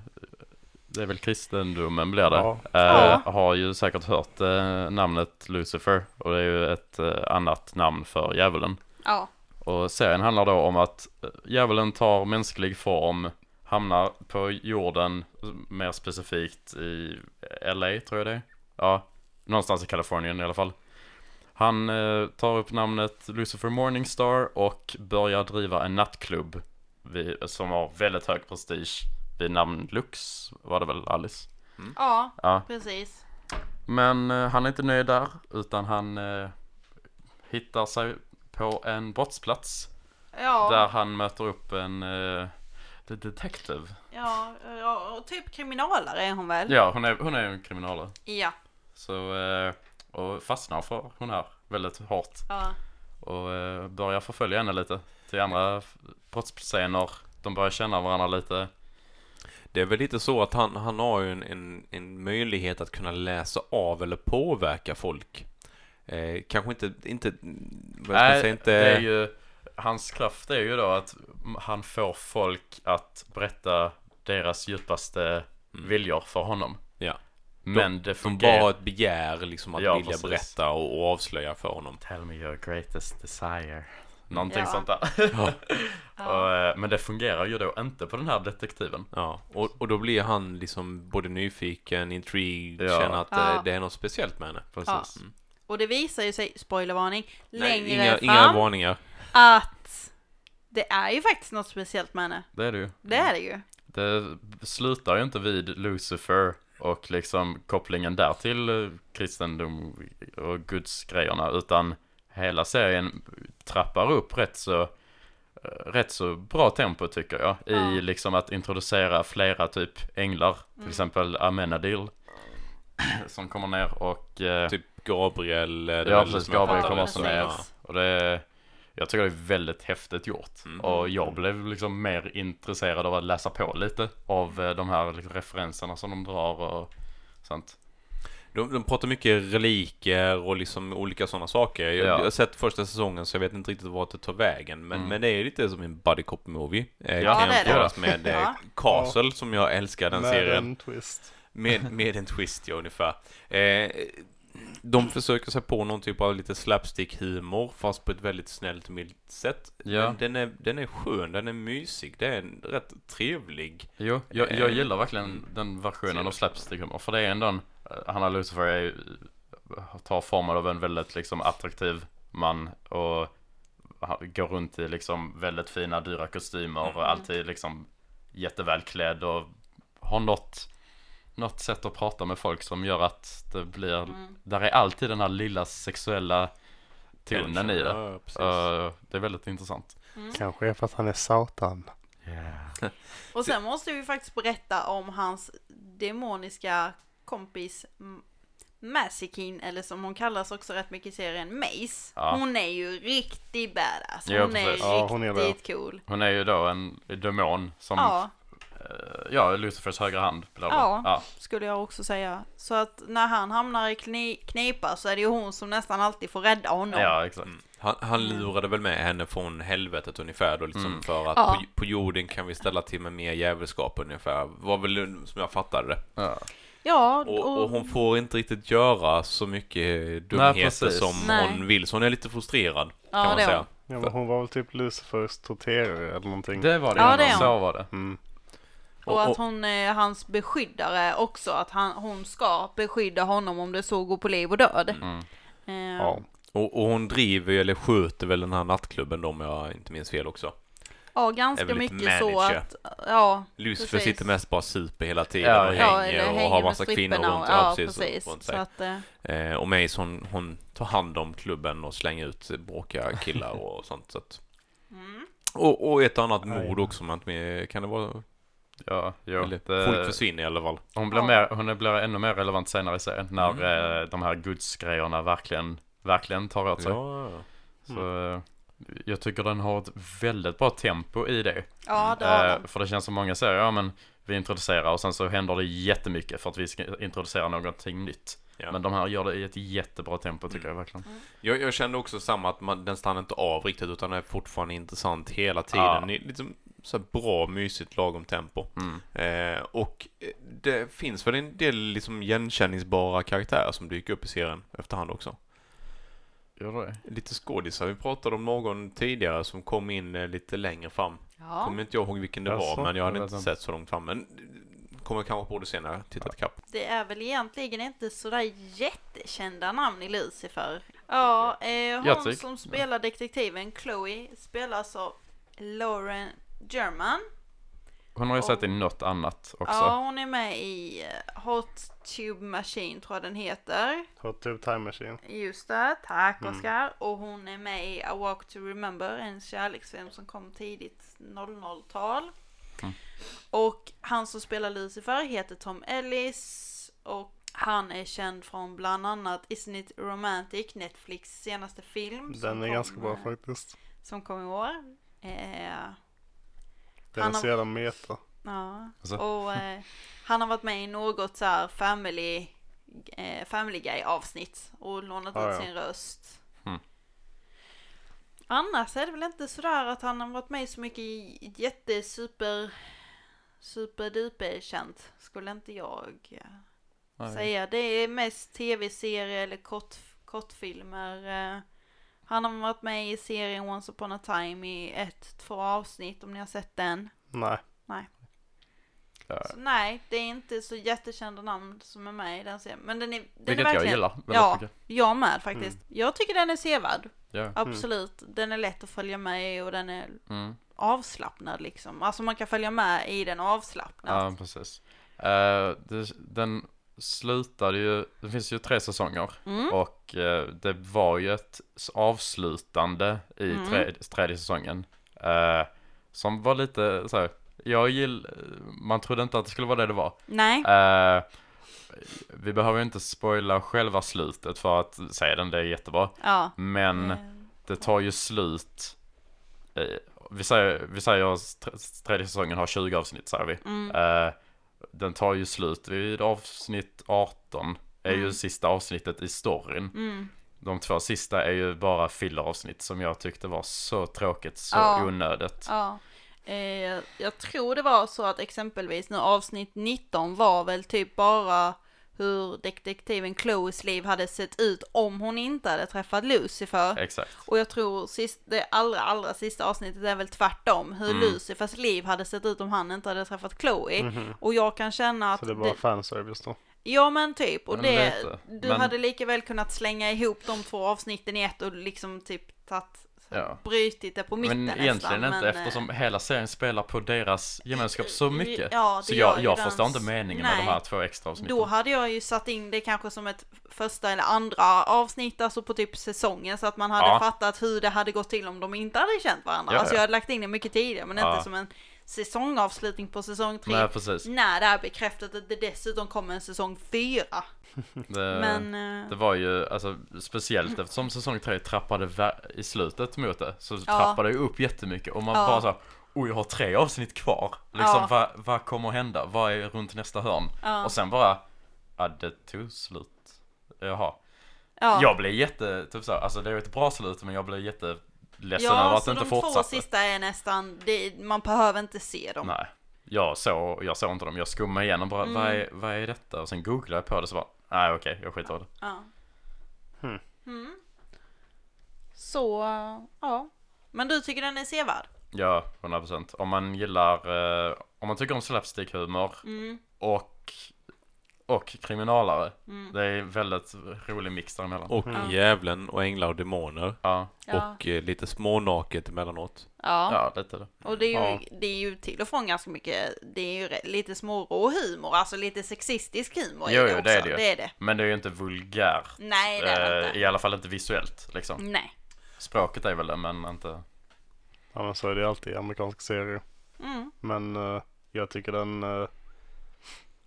Speaker 3: Det är väl kristendomen blir det.
Speaker 4: Ja.
Speaker 3: Eh,
Speaker 2: Ja.
Speaker 3: Har ju säkert hört eh, namnet Lucifer och det är ju ett eh, annat namn för djävulen.
Speaker 2: Ja,
Speaker 3: Och serien handlar då om att eh, djävulen tar mänsklig form, hamnar på jorden, mer specifikt i LA tror jag det är. Ja, någonstans i Kalifornien i alla fall. Han eh, tar upp namnet Lucifer Morningstar och börjar driva en nattklubb vid, som har väldigt hög prestige vid namn Lux, var det väl Alice?
Speaker 2: ja,
Speaker 3: Ja.
Speaker 2: precis.
Speaker 3: Men eh, han är inte nöjd där, utan han eh, hittar sig på en brottsplats där
Speaker 2: Ja,
Speaker 3: han möter upp en uh, the detective.
Speaker 2: ja, ja, och typ kriminalare är hon väl?
Speaker 3: Ja, hon är, hon är ju en kriminalare.
Speaker 2: Ja.
Speaker 3: Så eh, och fastnar för hon här väldigt hårt.
Speaker 2: Ja.
Speaker 3: Och eh, börjar förfölja henne lite till andra f- brottsscener. De börjar känna varandra lite.
Speaker 1: Det är väl lite så att han, han har ju en, en, en möjlighet att kunna läsa av eller påverka folk. Eh, kanske inte, inte, vad ska jag säga, inte...
Speaker 3: det är ju, hans kraft är ju då att han får folk att berätta deras djupaste
Speaker 1: Mm.
Speaker 3: viljor för honom.
Speaker 1: Ja.
Speaker 3: Men det
Speaker 1: De bara har
Speaker 3: fungerar.
Speaker 1: ett begär liksom att
Speaker 3: Ja,
Speaker 1: vilja
Speaker 3: precis.
Speaker 1: berätta och, och avslöja för honom.
Speaker 3: Tell me your greatest desire. Någonting
Speaker 2: Ja.
Speaker 3: sånt där.
Speaker 2: Ja.
Speaker 3: *laughs* Och, eh, men det fungerar ju då inte på den här detektiven.
Speaker 1: Ja, och, och då blir han liksom både nyfiken, intrigued,
Speaker 3: Ja.
Speaker 1: känner att eh,
Speaker 2: Ja.
Speaker 1: det är något speciellt med henne.
Speaker 3: Precis. Mm.
Speaker 1: Mm.
Speaker 2: Och det visar ju sig, spoilervarning, längre
Speaker 1: Nej, inga,
Speaker 2: fram
Speaker 1: inga varningar.
Speaker 2: att det är ju faktiskt något speciellt med henne.
Speaker 3: Det är det ju.
Speaker 2: Det är det ju.
Speaker 3: Det slutar ju inte vid Lucifer och liksom kopplingen där till eh, kristendom och gudsgrejerna utan hela serien trappar upp rätt så eh, rätt så bra tempo tycker jag i
Speaker 2: Ja. Mm.
Speaker 3: liksom att introducera flera typ änglar till exempel Amenadil *clears throat* som kommer ner och eh,
Speaker 1: Typ Gabriel. eh, det
Speaker 3: Ja,
Speaker 1: var
Speaker 3: precis,
Speaker 1: som jag
Speaker 3: Gabriel
Speaker 1: pratade
Speaker 3: kommer
Speaker 1: om.
Speaker 3: också
Speaker 2: precis.
Speaker 3: ner. Och det, jag tycker det är väldigt häftigt gjort.
Speaker 1: Mm.
Speaker 3: Och jag blev liksom mer intresserad av att läsa på lite av eh, de här liksom referenserna som de drar och sånt.
Speaker 1: De, de pratar mycket reliker och liksom olika sådana saker. Jag,
Speaker 3: Ja.
Speaker 1: jag har sett första säsongen så jag vet inte riktigt vart det tar vägen. Men,
Speaker 3: Mm.
Speaker 1: men det är lite som en buddy cop movie. Eh,
Speaker 3: Ja,
Speaker 1: kan
Speaker 2: det är det.
Speaker 1: jämföras med eh,
Speaker 2: Ja.
Speaker 1: Castle som jag älskar den
Speaker 4: Med
Speaker 3: eh,
Speaker 1: serien.
Speaker 4: en twist.
Speaker 1: Med, med en twist, ja, ungefär. Eh, de försöker sig på någon typ av lite slapstick-humor, fast på ett väldigt snällt och milt sätt.
Speaker 3: Ja.
Speaker 1: Men den är, den är skön, den är mysig, det är en rätt trevlig.
Speaker 3: Jo, jag, jag
Speaker 1: Eh,
Speaker 3: gillar verkligen den versionen av slapstick humor. För det är ändå en, eh, Hanna Lucifer är, ju- tar formen av en väldigt liksom attraktiv man och ha- går runt i liksom väldigt fina dyra kostymer
Speaker 1: Mm.
Speaker 3: och alltid liksom jättevälklädd och har något, något sätt att prata med folk som gör att det blir,
Speaker 1: Mm.
Speaker 3: där är alltid den här lilla sexuella tonen i det.
Speaker 1: Ja, precis.
Speaker 3: Eh, det är väldigt intressant.
Speaker 4: Mm. Kanske är för att han är satan.
Speaker 2: Och sen måste vi faktiskt berätta om hans demoniska kompis M- Masikin, eller som hon kallas också rätt mycket i serien, Mace.
Speaker 3: Ja.
Speaker 2: Hon är ju riktigt badass. Hon
Speaker 3: Ja,
Speaker 2: är
Speaker 3: precis.
Speaker 2: riktigt
Speaker 4: Ja, hon är
Speaker 2: cool.
Speaker 3: Hon är ju då en demon som
Speaker 2: Ja,
Speaker 3: Eh, Ja, Lucifers högra hand. Bla bla.
Speaker 2: Ja.
Speaker 3: ja.
Speaker 2: skulle jag också säga. Så att när han hamnar i kni- knipa så är det ju hon som nästan alltid får rädda honom.
Speaker 3: Ja, exakt.
Speaker 1: Mm. Han, han lurade väl med henne från helvetet ungefär då,
Speaker 3: Mm.
Speaker 1: liksom för att
Speaker 2: Ja.
Speaker 1: på, på jorden kan vi ställa till med mer djävulskap ungefär, var väl som jag fattade det.
Speaker 3: Ja.
Speaker 2: Ja,
Speaker 1: Och, och hon får inte riktigt göra så mycket dumheter
Speaker 3: precis.
Speaker 1: som
Speaker 2: Nej.
Speaker 1: hon vill, så hon är lite frustrerad,
Speaker 2: Ja,
Speaker 1: kan man
Speaker 2: det är
Speaker 1: säga.
Speaker 2: hon.
Speaker 4: Ja, men hon var väl typ Lucifers torterare eller någonting.
Speaker 3: Det var det.
Speaker 2: Ja, det är hon.
Speaker 3: Så var det.
Speaker 4: Mm.
Speaker 2: Och
Speaker 1: Och-
Speaker 2: att
Speaker 1: och-
Speaker 2: hon är hans beskyddare också, att han, hon ska beskydda honom om det så går på liv och död.
Speaker 3: Mm.
Speaker 1: Mm.
Speaker 2: Eh,
Speaker 4: Ja.
Speaker 1: Och, och hon driver ju, eller sköter väl den här nattklubben då om jag inte minns fel också.
Speaker 2: ja,
Speaker 1: är
Speaker 2: ganska
Speaker 1: väl lite
Speaker 2: mycket så
Speaker 1: manager.
Speaker 2: att, ja,
Speaker 1: Lucifer
Speaker 2: Precis.
Speaker 1: sitter mest bara super hela tiden
Speaker 3: Ja,
Speaker 1: och
Speaker 3: ja.
Speaker 2: ja
Speaker 1: hänger
Speaker 2: eller
Speaker 1: och
Speaker 2: hänger
Speaker 1: har
Speaker 2: med
Speaker 1: massa kvinnor
Speaker 2: stripperna
Speaker 1: runt,
Speaker 2: och, ja, precis.
Speaker 1: runt
Speaker 2: Så
Speaker 1: sig.
Speaker 2: att, eh,
Speaker 1: Eh, och Mace hon, hon tar hand om klubben och slänger ut bråkiga killar och *laughs* sånt. Så att.
Speaker 2: Mm.
Speaker 1: Och, och ett annat mord också, men inte mer, kan det vara?
Speaker 3: Ja, jo.
Speaker 1: Eller, folk
Speaker 3: Det,
Speaker 1: försvinner i alla fall.
Speaker 3: hon, blir
Speaker 2: Ja.
Speaker 3: mer, hon blir ännu mer relevant senare i serien när eh, de här gudsgrejerna verkligen, verkligen tar åt sig.
Speaker 1: Ja, ja.
Speaker 3: Så, eh, jag tycker den har ett väldigt bra tempo i det.
Speaker 1: Mm.
Speaker 2: ja, det har
Speaker 3: Eh,
Speaker 2: hon.
Speaker 3: för det känns som många säger, ja men vi introducerar och sen så händer det jättemycket för att vi ska introducera någonting nytt.
Speaker 1: Ja.
Speaker 3: Men de här gör det i ett jättebra tempo tycker jag verkligen.
Speaker 1: Jag, jag kände också samma, att man, den stannar inte av riktigt, utan är fortfarande intressant hela tiden.
Speaker 3: Ja.
Speaker 1: Det är liksom så här bra, mysigt, lagom tempo.
Speaker 3: Mm.
Speaker 1: Eh, och eh, det finns väl en del liksom igenkänningsbara karaktärer som dyker upp i serien efterhand också.
Speaker 3: Gör det?
Speaker 1: Lite skådisar. Vi pratade om någon tidigare som kom in eh, lite längre fram.
Speaker 2: Ja,
Speaker 1: Kommer inte jag ihåg vilken det
Speaker 4: Jaså?
Speaker 1: var, men jag hade
Speaker 3: Jag
Speaker 1: inte
Speaker 3: vet
Speaker 1: sett så långt fram. Men eh, kommer kanske på det senare. Tittat kapp.
Speaker 2: det är väl egentligen inte sådär jättekända namn i Lucifer. Ja, eh, hon
Speaker 3: Jag tycker-
Speaker 2: som spelar detektiven Chloe spelas av Lauren German.
Speaker 3: Hon har ju sett i något annat också.
Speaker 2: Ja, hon är med i eh, Hot Tube Machine tror jag den heter.
Speaker 4: Hot Tube typ Time Machine.
Speaker 2: Just det, tack
Speaker 4: Mm.
Speaker 2: Oskar. Och hon är med i A Walk to Remember, en kärleksfilm som kom tidigt 00-tal.
Speaker 4: Mm.
Speaker 2: Och han som spelar Lucifer heter Tom Ellis och Han är känd från bland annat Isn't It Romantic, Netflix senaste film. som
Speaker 4: Den är
Speaker 2: kom,
Speaker 4: ganska bra
Speaker 2: eh,
Speaker 4: faktiskt.
Speaker 2: Som kom i år. Eh,
Speaker 4: Den är
Speaker 2: Han
Speaker 4: så
Speaker 2: har-
Speaker 4: jävla meta.
Speaker 2: Ja,
Speaker 3: Alltså.
Speaker 2: och eh, han har varit med i något så här family, eh, family guy avsnitt och lånat
Speaker 4: Ah,
Speaker 2: ut
Speaker 4: ja. Hm.
Speaker 2: sin röst.
Speaker 3: Mm.
Speaker 2: Annars är det väl inte sådär att han har varit med så mycket i jättesuper superduper känt skulle inte jag eh, säga. Det är mest tv-serier eller kort, kortfilmer. eh. Han har varit med i serien Once upon a time i ett, två avsnitt om ni har sett den.
Speaker 4: Nej.
Speaker 3: Ja.
Speaker 2: Så nej, det är inte så jättekända namn som är med i den serien. Men den är, den är
Speaker 3: Vilket
Speaker 2: verkligen,
Speaker 3: jag gillar Mm. väldigt
Speaker 2: Ja.
Speaker 3: mycket.
Speaker 2: Jag med faktiskt. Jag tycker den är sevärd.
Speaker 3: Ja.
Speaker 2: Absolut. Den är lätt att följa med i och den är
Speaker 3: Mm.
Speaker 2: avslappnad liksom. Alltså man kan följa med i den avslappnat.
Speaker 3: Ja, precis. Eh, det, den slutade ju, det finns ju tre säsonger
Speaker 2: Mm.
Speaker 3: och eh, det var ju ett s- avslutande i
Speaker 2: Mm.
Speaker 3: tre, tredje säsongen. eh, som var lite så här, jag gill, man trodde inte att det skulle vara det det var.
Speaker 2: Nej.
Speaker 3: Eh, vi behöver ju inte spoila själva slutet för att säga den, det är jättebra.
Speaker 2: Ja.
Speaker 3: Men
Speaker 2: Eh,
Speaker 3: det tar ju slut. eh, Vi säger, vi säger att tr- tredje säsongen har 20 avsnitt säger vi.
Speaker 2: Mm.
Speaker 3: Eh, den tar ju slut vid avsnitt 18. Är ju
Speaker 2: Mm.
Speaker 3: sista avsnittet i storyn.
Speaker 2: Mm.
Speaker 3: De två sista är ju bara filleravsnitt som jag tyckte var så tråkigt, så
Speaker 2: Ja.
Speaker 3: onödigt.
Speaker 2: Ja. Eh, jag tror det var så att exempelvis nu avsnitt 19 var väl typ bara hur detektiven Chloes liv hade sett ut om hon inte hade träffat Lucifer.
Speaker 3: Exakt.
Speaker 2: Och jag tror sist, det allra, allra sista avsnittet är väl tvärtom.
Speaker 3: Mm.
Speaker 2: Hur Lucifers liv hade sett ut om han inte hade träffat Chloe.
Speaker 3: Mhm.
Speaker 2: Och jag kan känna att...
Speaker 4: Så det är bara
Speaker 2: det-
Speaker 4: fanservice då.
Speaker 2: ja men typ. Och
Speaker 3: Ja, men
Speaker 2: det,
Speaker 3: lite.
Speaker 2: du
Speaker 3: Men-
Speaker 2: hade lika väl kunnat slänga ihop de två avsnitten i ett och liksom typ tagit,
Speaker 3: Ja.
Speaker 2: brytit det på mitten
Speaker 3: Men
Speaker 2: nästan.
Speaker 3: egentligen inte
Speaker 2: men,
Speaker 3: eftersom
Speaker 2: eh,
Speaker 3: hela serien spelar på deras gemenskap så mycket.
Speaker 2: Ja, det
Speaker 3: så
Speaker 2: gör
Speaker 3: jag,
Speaker 2: ju
Speaker 3: jag
Speaker 2: den
Speaker 3: förstår
Speaker 2: s-
Speaker 3: inte meningen
Speaker 2: Nej.
Speaker 3: med de här två extra avsnitten.
Speaker 2: Då hade jag ju satt in det kanske som ett första eller andra avsnitt, alltså på typ säsongen, så att man hade
Speaker 3: Ja.
Speaker 2: fattat hur det hade gått till om de inte hade känt varandra.
Speaker 3: Ja,
Speaker 2: alltså
Speaker 3: ja.
Speaker 2: jag hade lagt in det mycket tidigare, men
Speaker 3: Ja.
Speaker 2: inte som en säsongavslutning på säsong tre.
Speaker 3: Nej, precis.
Speaker 2: När det är bekräftat att det dessutom kommer en säsong fyra.
Speaker 3: Det-
Speaker 2: Men,
Speaker 3: Det
Speaker 2: eh,
Speaker 3: var ju, alltså speciellt eftersom säsong 3 trappade vä- i slutet mot det, så
Speaker 2: Ja.
Speaker 3: trappade det ju upp jättemycket och man
Speaker 2: Ja.
Speaker 3: bara såhär, oj jag har tre avsnitt kvar. Liksom
Speaker 2: Ja.
Speaker 3: vad, vad kommer hända? Vad är runt nästa hörn?
Speaker 2: Ja.
Speaker 3: Och sen bara, ja det tog slut. Jaha.
Speaker 2: eh, ja.
Speaker 3: Jag blev jätte, typ såhär, alltså det är ett bra slut men jag blev jätteledsen över
Speaker 2: ja,
Speaker 3: att
Speaker 2: så
Speaker 3: det inte
Speaker 2: de två
Speaker 3: fortsatte.
Speaker 2: sista är nästan, det, man behöver inte se dem.
Speaker 3: Nej. Jag såg, jag såg inte dem, jag skummade igenom bara, vad,
Speaker 2: Mm.
Speaker 3: är, vad är detta? Och sen googlade jag på det så bara, nej okej, jag skiter i det.
Speaker 2: Ja.
Speaker 4: Hmm.
Speaker 2: Mm. Så, ja. Men du tycker den är sevärd?
Speaker 3: Ja, 100%. Om man gillar, eh, om man tycker om slapstick-humor
Speaker 2: Mm.
Speaker 3: och, och kriminalare.
Speaker 2: Mm.
Speaker 3: Det är väldigt rolig mix däremellan.
Speaker 1: Och
Speaker 2: Ja.
Speaker 1: djävulen och änglar och demoner.
Speaker 3: ja,
Speaker 2: Ja.
Speaker 1: Och eh, lite smånaket emellanåt.
Speaker 2: ja.
Speaker 3: ja, lite det.
Speaker 2: Och det är, ju,
Speaker 4: Ja.
Speaker 2: det är ju till och från ganska mycket, det är ju re- lite smårå humor, alltså lite sexistisk humor
Speaker 3: Jo,
Speaker 2: i det
Speaker 3: jo,
Speaker 2: också.
Speaker 3: det är det ju.
Speaker 2: det är det.
Speaker 3: Men det är ju inte vulgärt.
Speaker 2: Nej, det är det
Speaker 3: eh,
Speaker 2: inte. Mm.
Speaker 3: I alla fall inte visuellt liksom.
Speaker 2: Nej.
Speaker 3: Språket är väl det, men inte...
Speaker 4: Ja men så är det alltid i amerikanska serier.
Speaker 2: Mm.
Speaker 4: Men eh, jag tycker den... eh,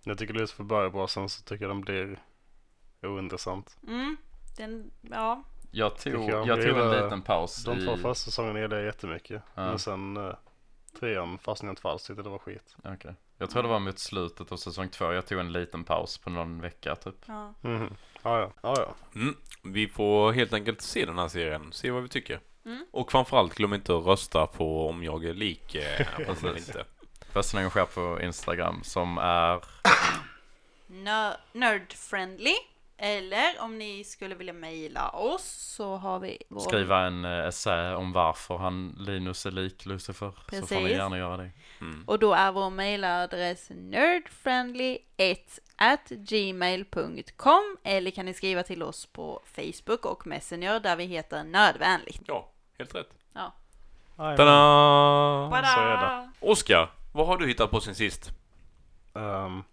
Speaker 4: jag tycker Lucifer börjar bra sen så tycker jag den blir ointressant.
Speaker 2: Mm. Den, ja.
Speaker 3: Jag tog,
Speaker 4: Tycker
Speaker 3: jag
Speaker 4: jag. Jag
Speaker 3: tog en
Speaker 4: gillar
Speaker 3: liten paus
Speaker 4: De två
Speaker 3: i...
Speaker 4: första säsongerna gillade jag jättemycket.
Speaker 3: Ja.
Speaker 4: Men sen eh, trean fastnade jag inte för alls. Tyckte det var skit.
Speaker 3: Okej. Jag tror det var mot slutet av säsong två. Jag tog en liten paus på någon vecka typ.
Speaker 2: ja.
Speaker 4: Mhm. Ja, ja. ja, ja.
Speaker 1: Mm. Vi får helt enkelt se den här serien, se vad vi tycker.
Speaker 2: Mm.
Speaker 1: Och framförallt glöm inte att rösta på om jag är lik eh, honom eller inte.
Speaker 3: Röstningen sker på Instagram som är...
Speaker 2: Nö- Nerd-friendly. Eller om ni skulle vilja mejla oss så har vi vår...
Speaker 3: skriva en eh, essä om varför han Linus är lik Lucifer. Så får ni
Speaker 2: Precis.
Speaker 3: gärna göra det.
Speaker 2: Och då är vår mejladress nerdfriendly1 at gmail.com eller kan ni skriva till oss på Facebook och Messenger där vi heter Nödvändigt.
Speaker 1: Ja, helt rätt.
Speaker 2: Ja.
Speaker 1: Tada!
Speaker 4: Så är det.
Speaker 1: Oskar, vad har du hittat på sen sist?
Speaker 4: Ehm,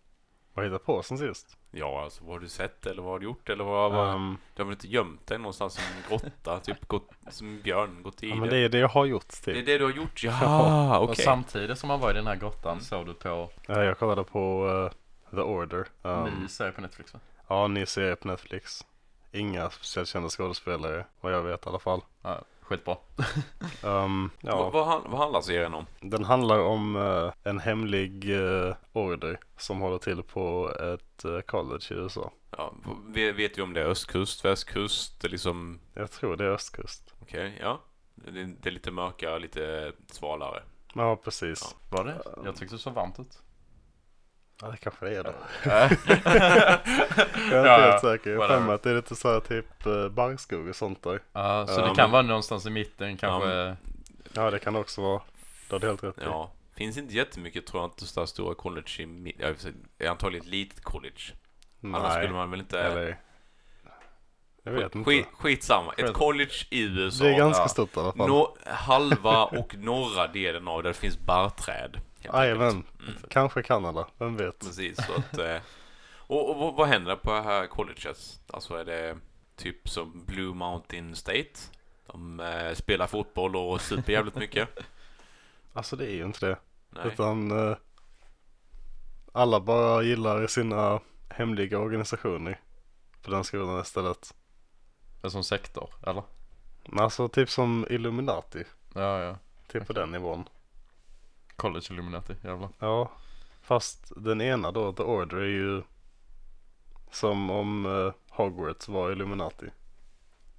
Speaker 4: vad hittade jag på sen sist?
Speaker 1: Ja, alltså vad har du sett eller vad har du gjort eller vad... vad...
Speaker 4: Ehm,
Speaker 1: Du har väl inte gömt dig någonstans i en
Speaker 4: *laughs*
Speaker 1: grotta, typ gått, som en björn, gått i
Speaker 4: ja, men
Speaker 1: det.
Speaker 4: det är det jag har gjort
Speaker 1: Det är
Speaker 4: typ.
Speaker 1: det du har gjort? Ja, *laughs*
Speaker 3: Och
Speaker 1: okej.
Speaker 3: samtidigt som han var i den här grottan såg du på...
Speaker 4: Eh, jag kollade på eh, The Order. Um,
Speaker 3: Ny serie på Netflix va?
Speaker 4: Ja, ny serie på Netflix. Inga speciellt kända skådespelare, vad jag vet i alla fall.
Speaker 3: Ja, skitbra.
Speaker 4: Um,
Speaker 1: Vad-
Speaker 4: ja,
Speaker 1: Vad, han- vad handlar serien om?
Speaker 4: den handlar om eh, en hemlig eh, order som håller till på ett eh, college i USA.
Speaker 1: Ja, vi vet ju om det är östkust, västkust, det är liksom...
Speaker 4: Jag tror det är östkust.
Speaker 1: Okej, ja. Det, det är lite mörkare, lite svalare.
Speaker 4: Ja, precis.
Speaker 3: Var det? Eh, Jag tyckte det såg varmt ut.
Speaker 4: Ja, det kanske det är då. *laughs*
Speaker 3: Ja.
Speaker 4: Jag är
Speaker 3: Ja,
Speaker 4: inte
Speaker 3: ja.
Speaker 4: helt säker. Jag har för
Speaker 3: Whatever.
Speaker 4: mig att det är lite så här typ eh, barrskog och sånt där.
Speaker 3: Ja, så
Speaker 4: Ja,
Speaker 3: det
Speaker 4: men-
Speaker 3: kan vara någonstans i mitten kanske.
Speaker 4: Ja, det kan det också vara. Det har du helt rätt i.
Speaker 1: Ja. Finns inte jättemycket, tror jag inte, sådär stora college i... mi- ja, i och för sig, det är Antagligen ett litet college. Annars skulle man väl inte...
Speaker 4: Eller... Jag vet inte.
Speaker 1: Skit, skitsamma. Ett
Speaker 3: Skit.
Speaker 1: college i USA.
Speaker 4: det är ganska
Speaker 3: ja.
Speaker 4: stort i alla fall.
Speaker 1: Nå, halva och norra delen av där det finns barrträd. helt enkelt. Mm.
Speaker 4: Jajamän. Kanske Kanada, vem vet?
Speaker 1: Precis, så att... eh, Och, och vad- vad händer på det här colleget? Alltså är det typ som Blue Mountain State? De eh, spelar fotboll och super jävligt
Speaker 4: *laughs*
Speaker 1: mycket.
Speaker 4: Alltså det är ju inte det.
Speaker 1: Nej.
Speaker 4: Utan eh, alla bara gillar sina hemliga organisationer på den skolan istället.
Speaker 3: Som sektor, eller?
Speaker 4: Men alltså typ som Illuminati,
Speaker 3: Ja, ja.
Speaker 4: typ på den nivån.
Speaker 3: College Illuminati, jävlar.
Speaker 4: Ja, fast den ena då, The Order, är ju som om eh, Hogwarts var Illuminati.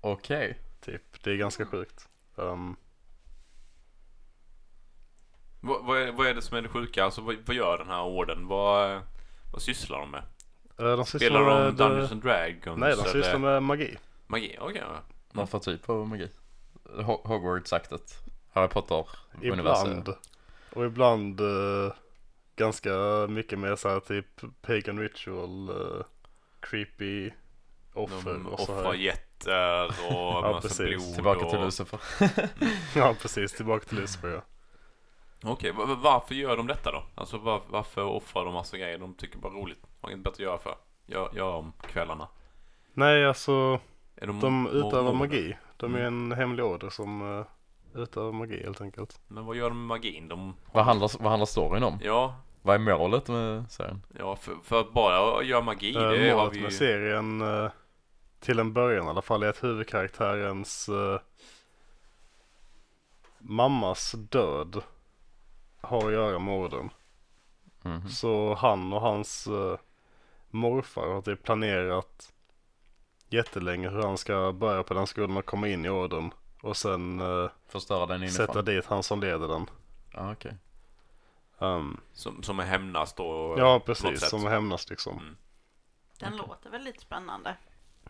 Speaker 3: Okej.
Speaker 4: Typ, det är
Speaker 1: Mm.
Speaker 4: ganska sjukt. Ehm,
Speaker 1: Vad, vad, är, vad är det som är det sjuka? Alltså vad, vad gör den här orden? Vad, vad sysslar de med?
Speaker 4: eh, de sysslar
Speaker 1: Spelar de
Speaker 4: med...
Speaker 1: Dungeons and Dragons?
Speaker 4: Nej, de sysslar
Speaker 1: eller
Speaker 4: med magi.
Speaker 1: Magi? Okej, ja.
Speaker 3: Vad för typ av magi? Ho- Hogwarts-aktet. Harry Potter-universum.
Speaker 4: Ibland. Och ibland eh, ganska mycket mer så här typ pagan ritual, eh, creepy offer
Speaker 1: De
Speaker 4: och så
Speaker 1: offrar
Speaker 4: här.
Speaker 1: jätter och
Speaker 4: Ja,
Speaker 1: massa
Speaker 4: precis.
Speaker 1: blod
Speaker 3: Tillbaka
Speaker 1: och...
Speaker 3: till Lucifer.
Speaker 4: *laughs* Ja precis, tillbaka till Lucifer ja.
Speaker 1: Okej, va- va- varför gör de detta då? Alltså var, varför offrar de massa grejer? De tycker bara roligt. Har inget bättre att göra för. Gör, gör om kvällarna.
Speaker 4: Nej alltså,
Speaker 1: Är de
Speaker 4: de
Speaker 1: mo-
Speaker 4: utövar
Speaker 1: mormoner? Mm.
Speaker 4: magi. De är en hemlig order som eh, utövar magi helt enkelt.
Speaker 1: Men vad gör de med magin? De...
Speaker 3: vad, handlar, vad handlar storyn om?
Speaker 1: Ja,
Speaker 3: Vad är målet med serien?
Speaker 1: ja för, för att bara göra magi,
Speaker 4: Eh,
Speaker 1: det har
Speaker 4: målet
Speaker 1: vi
Speaker 4: med
Speaker 1: ju...
Speaker 4: serien, eh, till en början i alla fall, är att huvudkaraktärens eh, mammas död har att göra med orden.
Speaker 3: Mhm.
Speaker 4: Så han och hans eh, morfar har typ planerat jättelänge hur han ska börja på den skolan och komma in i orden. Och sen eh,
Speaker 3: Förstöra den inifrån?
Speaker 4: sätta dit han som leder den.
Speaker 3: ah, okej.
Speaker 4: Ehm,
Speaker 1: Som, som är hämnas då.
Speaker 4: ja
Speaker 1: på något
Speaker 4: precis,
Speaker 1: sätt.
Speaker 4: som hämnas liksom.
Speaker 1: Mm.
Speaker 2: Den låter väldigt spännande.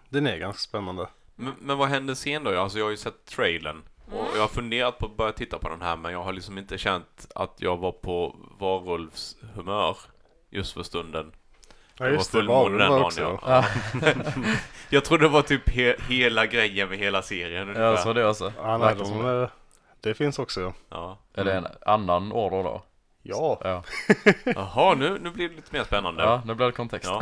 Speaker 4: Den är ganska spännande.
Speaker 1: Men, men vad händer sen då? Alltså jag har ju sett trailern. Och jag har funderat på att börja titta på den här men jag har liksom inte känt att jag var på varulvshumör just för stunden.
Speaker 4: Ja
Speaker 1: Det
Speaker 4: just
Speaker 1: var
Speaker 4: det, Varulv
Speaker 1: fullmåne den
Speaker 4: var
Speaker 1: dagen,
Speaker 4: också.
Speaker 1: ja. *laughs* Jag trodde det var typ he- hela grejen med hela serien ungefär.
Speaker 3: Ja, så det också.
Speaker 4: Ja, nej,
Speaker 3: Verkar som
Speaker 4: de,
Speaker 3: det.
Speaker 4: eh, det finns också ja.
Speaker 1: Ja.
Speaker 3: Är det en annan order då?
Speaker 4: Ja,
Speaker 3: Ja,
Speaker 1: Jaha, nu, nu blir det lite mer spännande.
Speaker 3: ja nu blir det kontext.
Speaker 1: Ja.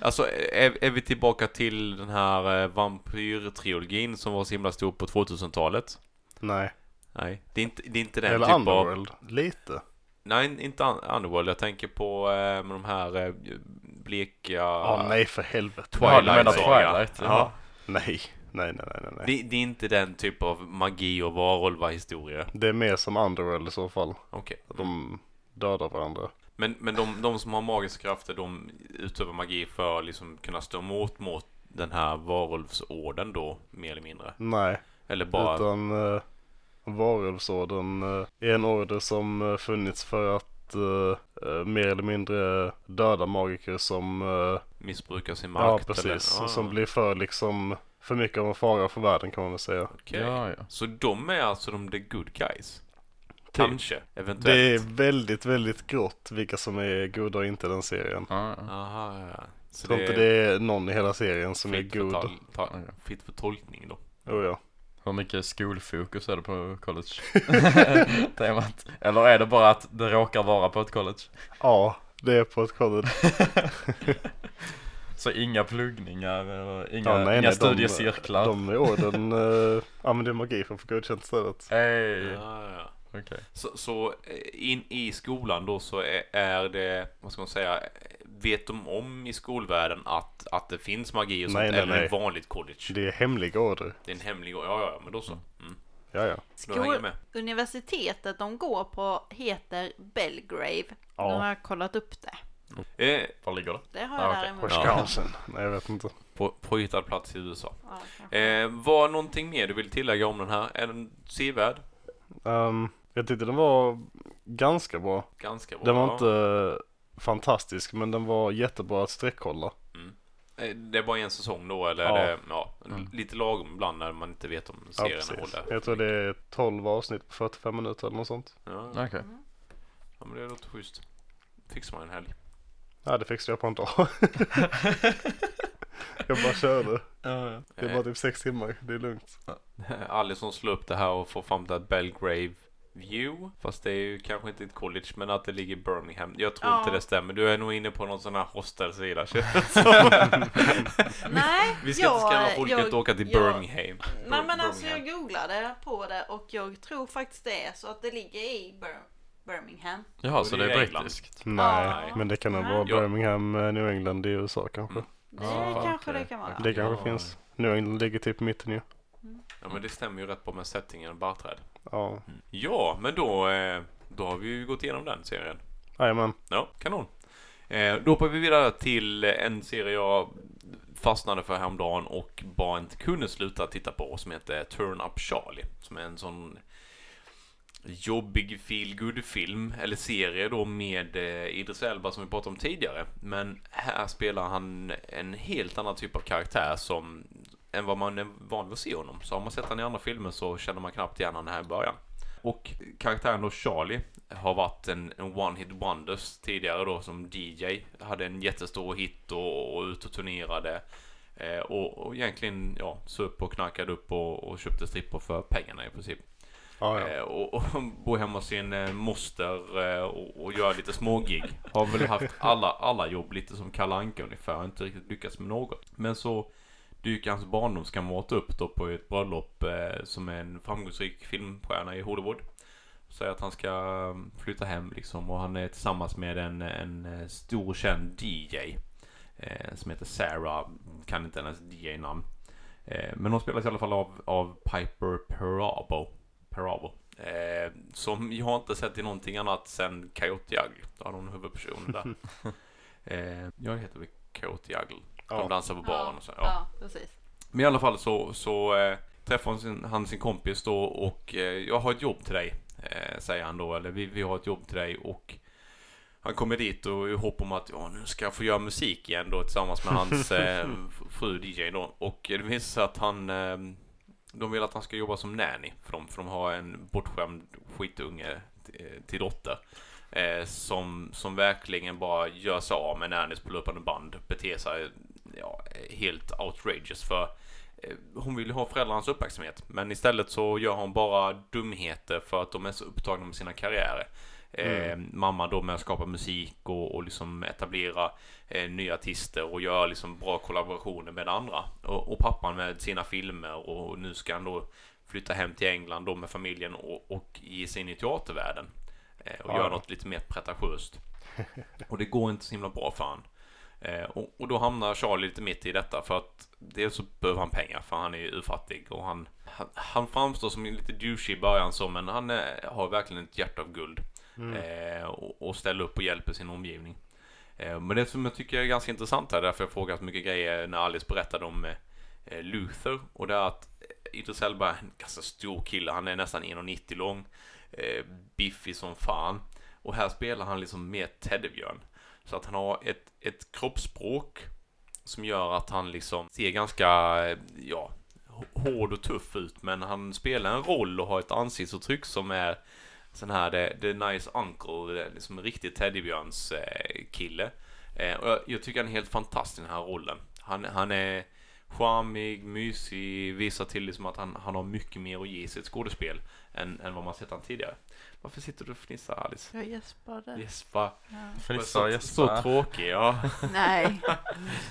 Speaker 1: Alltså, är, är vi tillbaka till den här eh, vampyrtrilogin som var så himla stor på 2000-talet?
Speaker 4: nej.
Speaker 1: Nej, det är inte, det är inte den
Speaker 4: Eller
Speaker 1: typ av...
Speaker 4: Underworld, lite.
Speaker 1: Nej, inte Un- Underworld. Jag tänker på eh, med de här eh, bleka...
Speaker 4: Ja, nej för helvete.
Speaker 1: Twilight. Alltså.
Speaker 3: Ja, du menar
Speaker 1: Saga.
Speaker 3: Twilight,
Speaker 1: Ja.
Speaker 3: ja.
Speaker 4: Nej, nej, nej, nej, nej.
Speaker 1: Det, det är inte den typ av magi och varulva-historia.
Speaker 4: Det är mer som Underworld i så fall.
Speaker 1: Okej.
Speaker 4: De dödar varandra.
Speaker 1: Men, men de, de som har magiska krafter, de utövar magi för att liksom kunna stå emot mot den här varulvsorden då, mer eller mindre.
Speaker 4: Nej,
Speaker 1: Eller bara...
Speaker 4: utan uh, Varulvsorden eh, är en order som eh, funnits för att eh, eh, mer eller mindre döda magiker som, eh,
Speaker 1: missbrukar sin makt.
Speaker 4: ja precis,
Speaker 1: Eller, Ah.
Speaker 4: som blir för liksom för mycket av en fara för världen kan man väl säga.
Speaker 1: Okej.
Speaker 3: Ja, ja.
Speaker 1: Så de är alltså de the good guys? Kanske,
Speaker 4: Det är
Speaker 1: eventuellt.
Speaker 4: väldigt, väldigt grått vilka som är goda och inte i den serien.
Speaker 3: Ja, ja.
Speaker 1: Aha, ja. Så
Speaker 4: Jag tror inte det är någon i hela serien som är
Speaker 1: fritt för,
Speaker 4: god.
Speaker 1: tal- ta-
Speaker 3: Ja.
Speaker 1: fritt för tolkning då.
Speaker 4: Oh, ja.
Speaker 3: Hur mycket skolfokus är det på college?
Speaker 4: *laughs*
Speaker 3: Temat. Eller är det bara att det råkar vara på ett college?
Speaker 4: *laughs* ja, det är på ett college.
Speaker 3: Så inga pluggningar eller inga,
Speaker 4: Ja, nej,
Speaker 3: inga
Speaker 4: nej,
Speaker 3: studiecirklar?
Speaker 4: De i orden uh, använder magi för att få godkänt istället.
Speaker 3: Hey.
Speaker 1: Ja, ja.
Speaker 3: Okej.
Speaker 1: Så, så eh, in i skolan då så är, är det, vad ska man säga, eh, vet de om i skolvärlden att, att det finns magi och sånt?
Speaker 4: Nej, nej,
Speaker 1: eller
Speaker 4: nej.
Speaker 1: ett vanligt college?
Speaker 4: Det är hemliga order.
Speaker 1: Det är en hemlig... Ja, ja, ja, men då så. Mm.
Speaker 4: Ja, ja.
Speaker 1: Då hänger jag
Speaker 2: Skol-
Speaker 1: med.
Speaker 2: universitetet de går på heter Belgrave.
Speaker 4: Ja.
Speaker 2: Nu har jag kollat upp det.
Speaker 1: Eh,
Speaker 3: Var ligger det?
Speaker 2: Det har
Speaker 3: Ja,
Speaker 2: jag
Speaker 3: okej.
Speaker 2: däremot.
Speaker 1: *laughs*
Speaker 3: Ja.
Speaker 4: Wisconsin. Nej, jag vet inte.
Speaker 1: på, påhittad plats i USA.
Speaker 2: Ja, kanske.
Speaker 1: Eh, var någonting mer du vill tillägga om den här? Är den sevärd?
Speaker 4: Ehm, jag tyckte den var ganska bra.
Speaker 1: Ganska bra.
Speaker 4: Den var
Speaker 1: ja.
Speaker 4: inte eh, fantastisk, men den var jättebra att sträckhålla.
Speaker 1: Eh, Det är bara en säsong då eller?
Speaker 4: Ja. Mm.
Speaker 1: Ja. Det, ja, Lite lagom ibland när man inte vet om
Speaker 4: Ja,
Speaker 1: serien
Speaker 4: precis.
Speaker 1: håller.
Speaker 4: Jag tror det är 12 avsnitt på 45 minuter eller något sånt.
Speaker 1: Ja,
Speaker 3: Okej.
Speaker 1: ja, men det låter schysst. Fixar man en helg.
Speaker 4: Nej, det fixade jag på en dag. *laughs* jag bara körde. Det är bara typ 6 timmar. Det är lugnt.
Speaker 1: *laughs* Eh, Allison slår upp det här och får fram det här Belgrave View. Fast det är ju kanske inte ett college men att det ligger i Birmingham. Jag tror
Speaker 2: Ja.
Speaker 1: inte det stämmer. Du är nog inne på någon sån här
Speaker 2: *laughs*
Speaker 1: hostelsida. känns det.
Speaker 2: Nej,
Speaker 1: *laughs* Vi ska inte skrämma folk
Speaker 2: jag-
Speaker 1: att åka till
Speaker 2: jag-
Speaker 1: Birmingham.
Speaker 2: Nej men alltså
Speaker 1: Birmingham.
Speaker 2: jag googlade på det och jag tror faktiskt det är så att det ligger i Bir- Birmingham.
Speaker 3: Jaha, så
Speaker 1: Det
Speaker 3: det
Speaker 1: är
Speaker 3: är
Speaker 1: England.
Speaker 3: brittiskt?
Speaker 1: Ah.
Speaker 4: Nej, men det kan nog
Speaker 2: Nej.
Speaker 4: vara
Speaker 1: Ja.
Speaker 4: Birmingham, eh, New England i USA kanske.
Speaker 2: Det
Speaker 3: Ah,
Speaker 2: kanske
Speaker 3: okej.
Speaker 2: det kan vara.
Speaker 4: Det kanske
Speaker 1: Mm. Ja.
Speaker 4: finns. New England ligger typ i mitten ju.
Speaker 1: Ja men det stämmer ju rätt bra med settingen och barrträd.
Speaker 4: Ja,
Speaker 1: Mm. Ja men då, eh, då har vi ju gått igenom den serien.
Speaker 4: jajamän.
Speaker 1: Ja, kanon. Eh, Då hoppar vi vidare till en serie jag fastnade för häromdagen och bara inte kunde sluta titta på som heter Turn Up Charlie. Som är en sån jobbig feel good film eller serie då med eh, Idris Elba som vi pratade om tidigare. Men här spelar han en helt annan typ av karaktär som än vad man är van vid att se honom. Så har man sett han i andra filmer så känner man knappt igen honom här i början. Och karaktären då Charlie har varit en, en one hit wonders tidigare då som DJ. Hade en jättestor hit och, och ut och turnerade. Eh, och, och egentligen ja, söp och knarkade upp och, och köpte strippor för pengarna i princip.
Speaker 4: Ja, ja.
Speaker 1: Eh, och, och *laughs* bor hemma hos sin eh, moster eh, och, och gör lite smågig. Har väl haft alla, alla jobb lite som Kalle Anka ungefär. Har inte riktigt lyckats med något. Men så dyker hans barndomskamrat upp då på ett bröllop eh, som är en framgångsrik filmstjärna i Hollywood. Säger att han ska mm, flytta hem liksom och han är tillsammans med en, en eh, stor känd DJ. Eh, som heter Sarah, kan inte hennes DJ-namn. Eh, men hon spelas i alla fall av, av Piper Perabo. Perabo. Eh, som jag har inte sett i någonting annat sen Coyote Juggle. Då hade hon huvudpersonen där. eh, jag heter väl Coyote Juggle. De
Speaker 4: Ja.
Speaker 1: dansar på baren och så. Ja.
Speaker 2: ja precis.
Speaker 1: Men i alla fall så, så eh, träffar han sin, han sin kompis då och eh, jag har ett jobb till dig, eh, säger han då. Eller vi, vi har ett jobb till dig och han kommer dit och i hopp om att ja, nu ska jag få göra musik igen då tillsammans med hans eh, f- fru DJ då. Och det visar sig att han, eh, de vill att han ska jobba som nanny för dem, för de har en bortskämd skitunge eh, till dotter. Eh, som, som verkligen bara gör sig av med nannys på löpande band, beter sig ja, helt outrageous för eh, hon vill ju ha föräldrarnas uppmärksamhet. Men istället så gör hon bara dumheter för att de är så upptagna med sina karriärer. Eh, Mamma då med att skapa musik och, och liksom etablera eh, nya artister och göra liksom bra kollaborationer med andra. Och, och pappan med sina filmer och nu ska han då flytta hem till England då med familjen och, och ge sig in i teatervärlden. Eh, och
Speaker 4: Ja.
Speaker 1: göra något lite mer pretentiöst. Och det går inte så himla bra för han. Eh, och, och då hamnar Charlie lite mitt i detta för att dels så behöver han pengar för han är ju urfattig och han, han, han framstår som lite douchey i början så men han eh, har verkligen ett hjärta av guld. Eh, och, och ställer upp och hjälper sin omgivning. Eh, men det som jag tycker är ganska intressant här, därför jag frågat så mycket grejer när Alice berättade om eh, eh, Luther och det är att eh, Idris Elba är en ganska stor kille, han är nästan 1,90 lång, eh, biffig som fan. Och här spelar han liksom mer teddybjörn. Så att han har ett, ett kroppsspråk som gör att han liksom ser ganska, eh, ja, h- hård och tuff ut. Men han spelar en roll och har ett ansiktsuttryck som är sån här the, the nice uncle, det är liksom en riktig teddybjörns eh, kille. Eh, och jag, jag tycker han är helt fantastisk i den här rollen. Han, han är charmig, mysig, visar till liksom att han, han har mycket mer att ge i sitt skådespel än, än vad man sett han tidigare. Varför sitter du och fnissar Alice?
Speaker 2: Jag gäspade.
Speaker 1: Jespa.
Speaker 3: Frissa,
Speaker 1: så, så
Speaker 3: gäspa.
Speaker 1: tråkig, *laughs* ja.
Speaker 2: *laughs* Nej.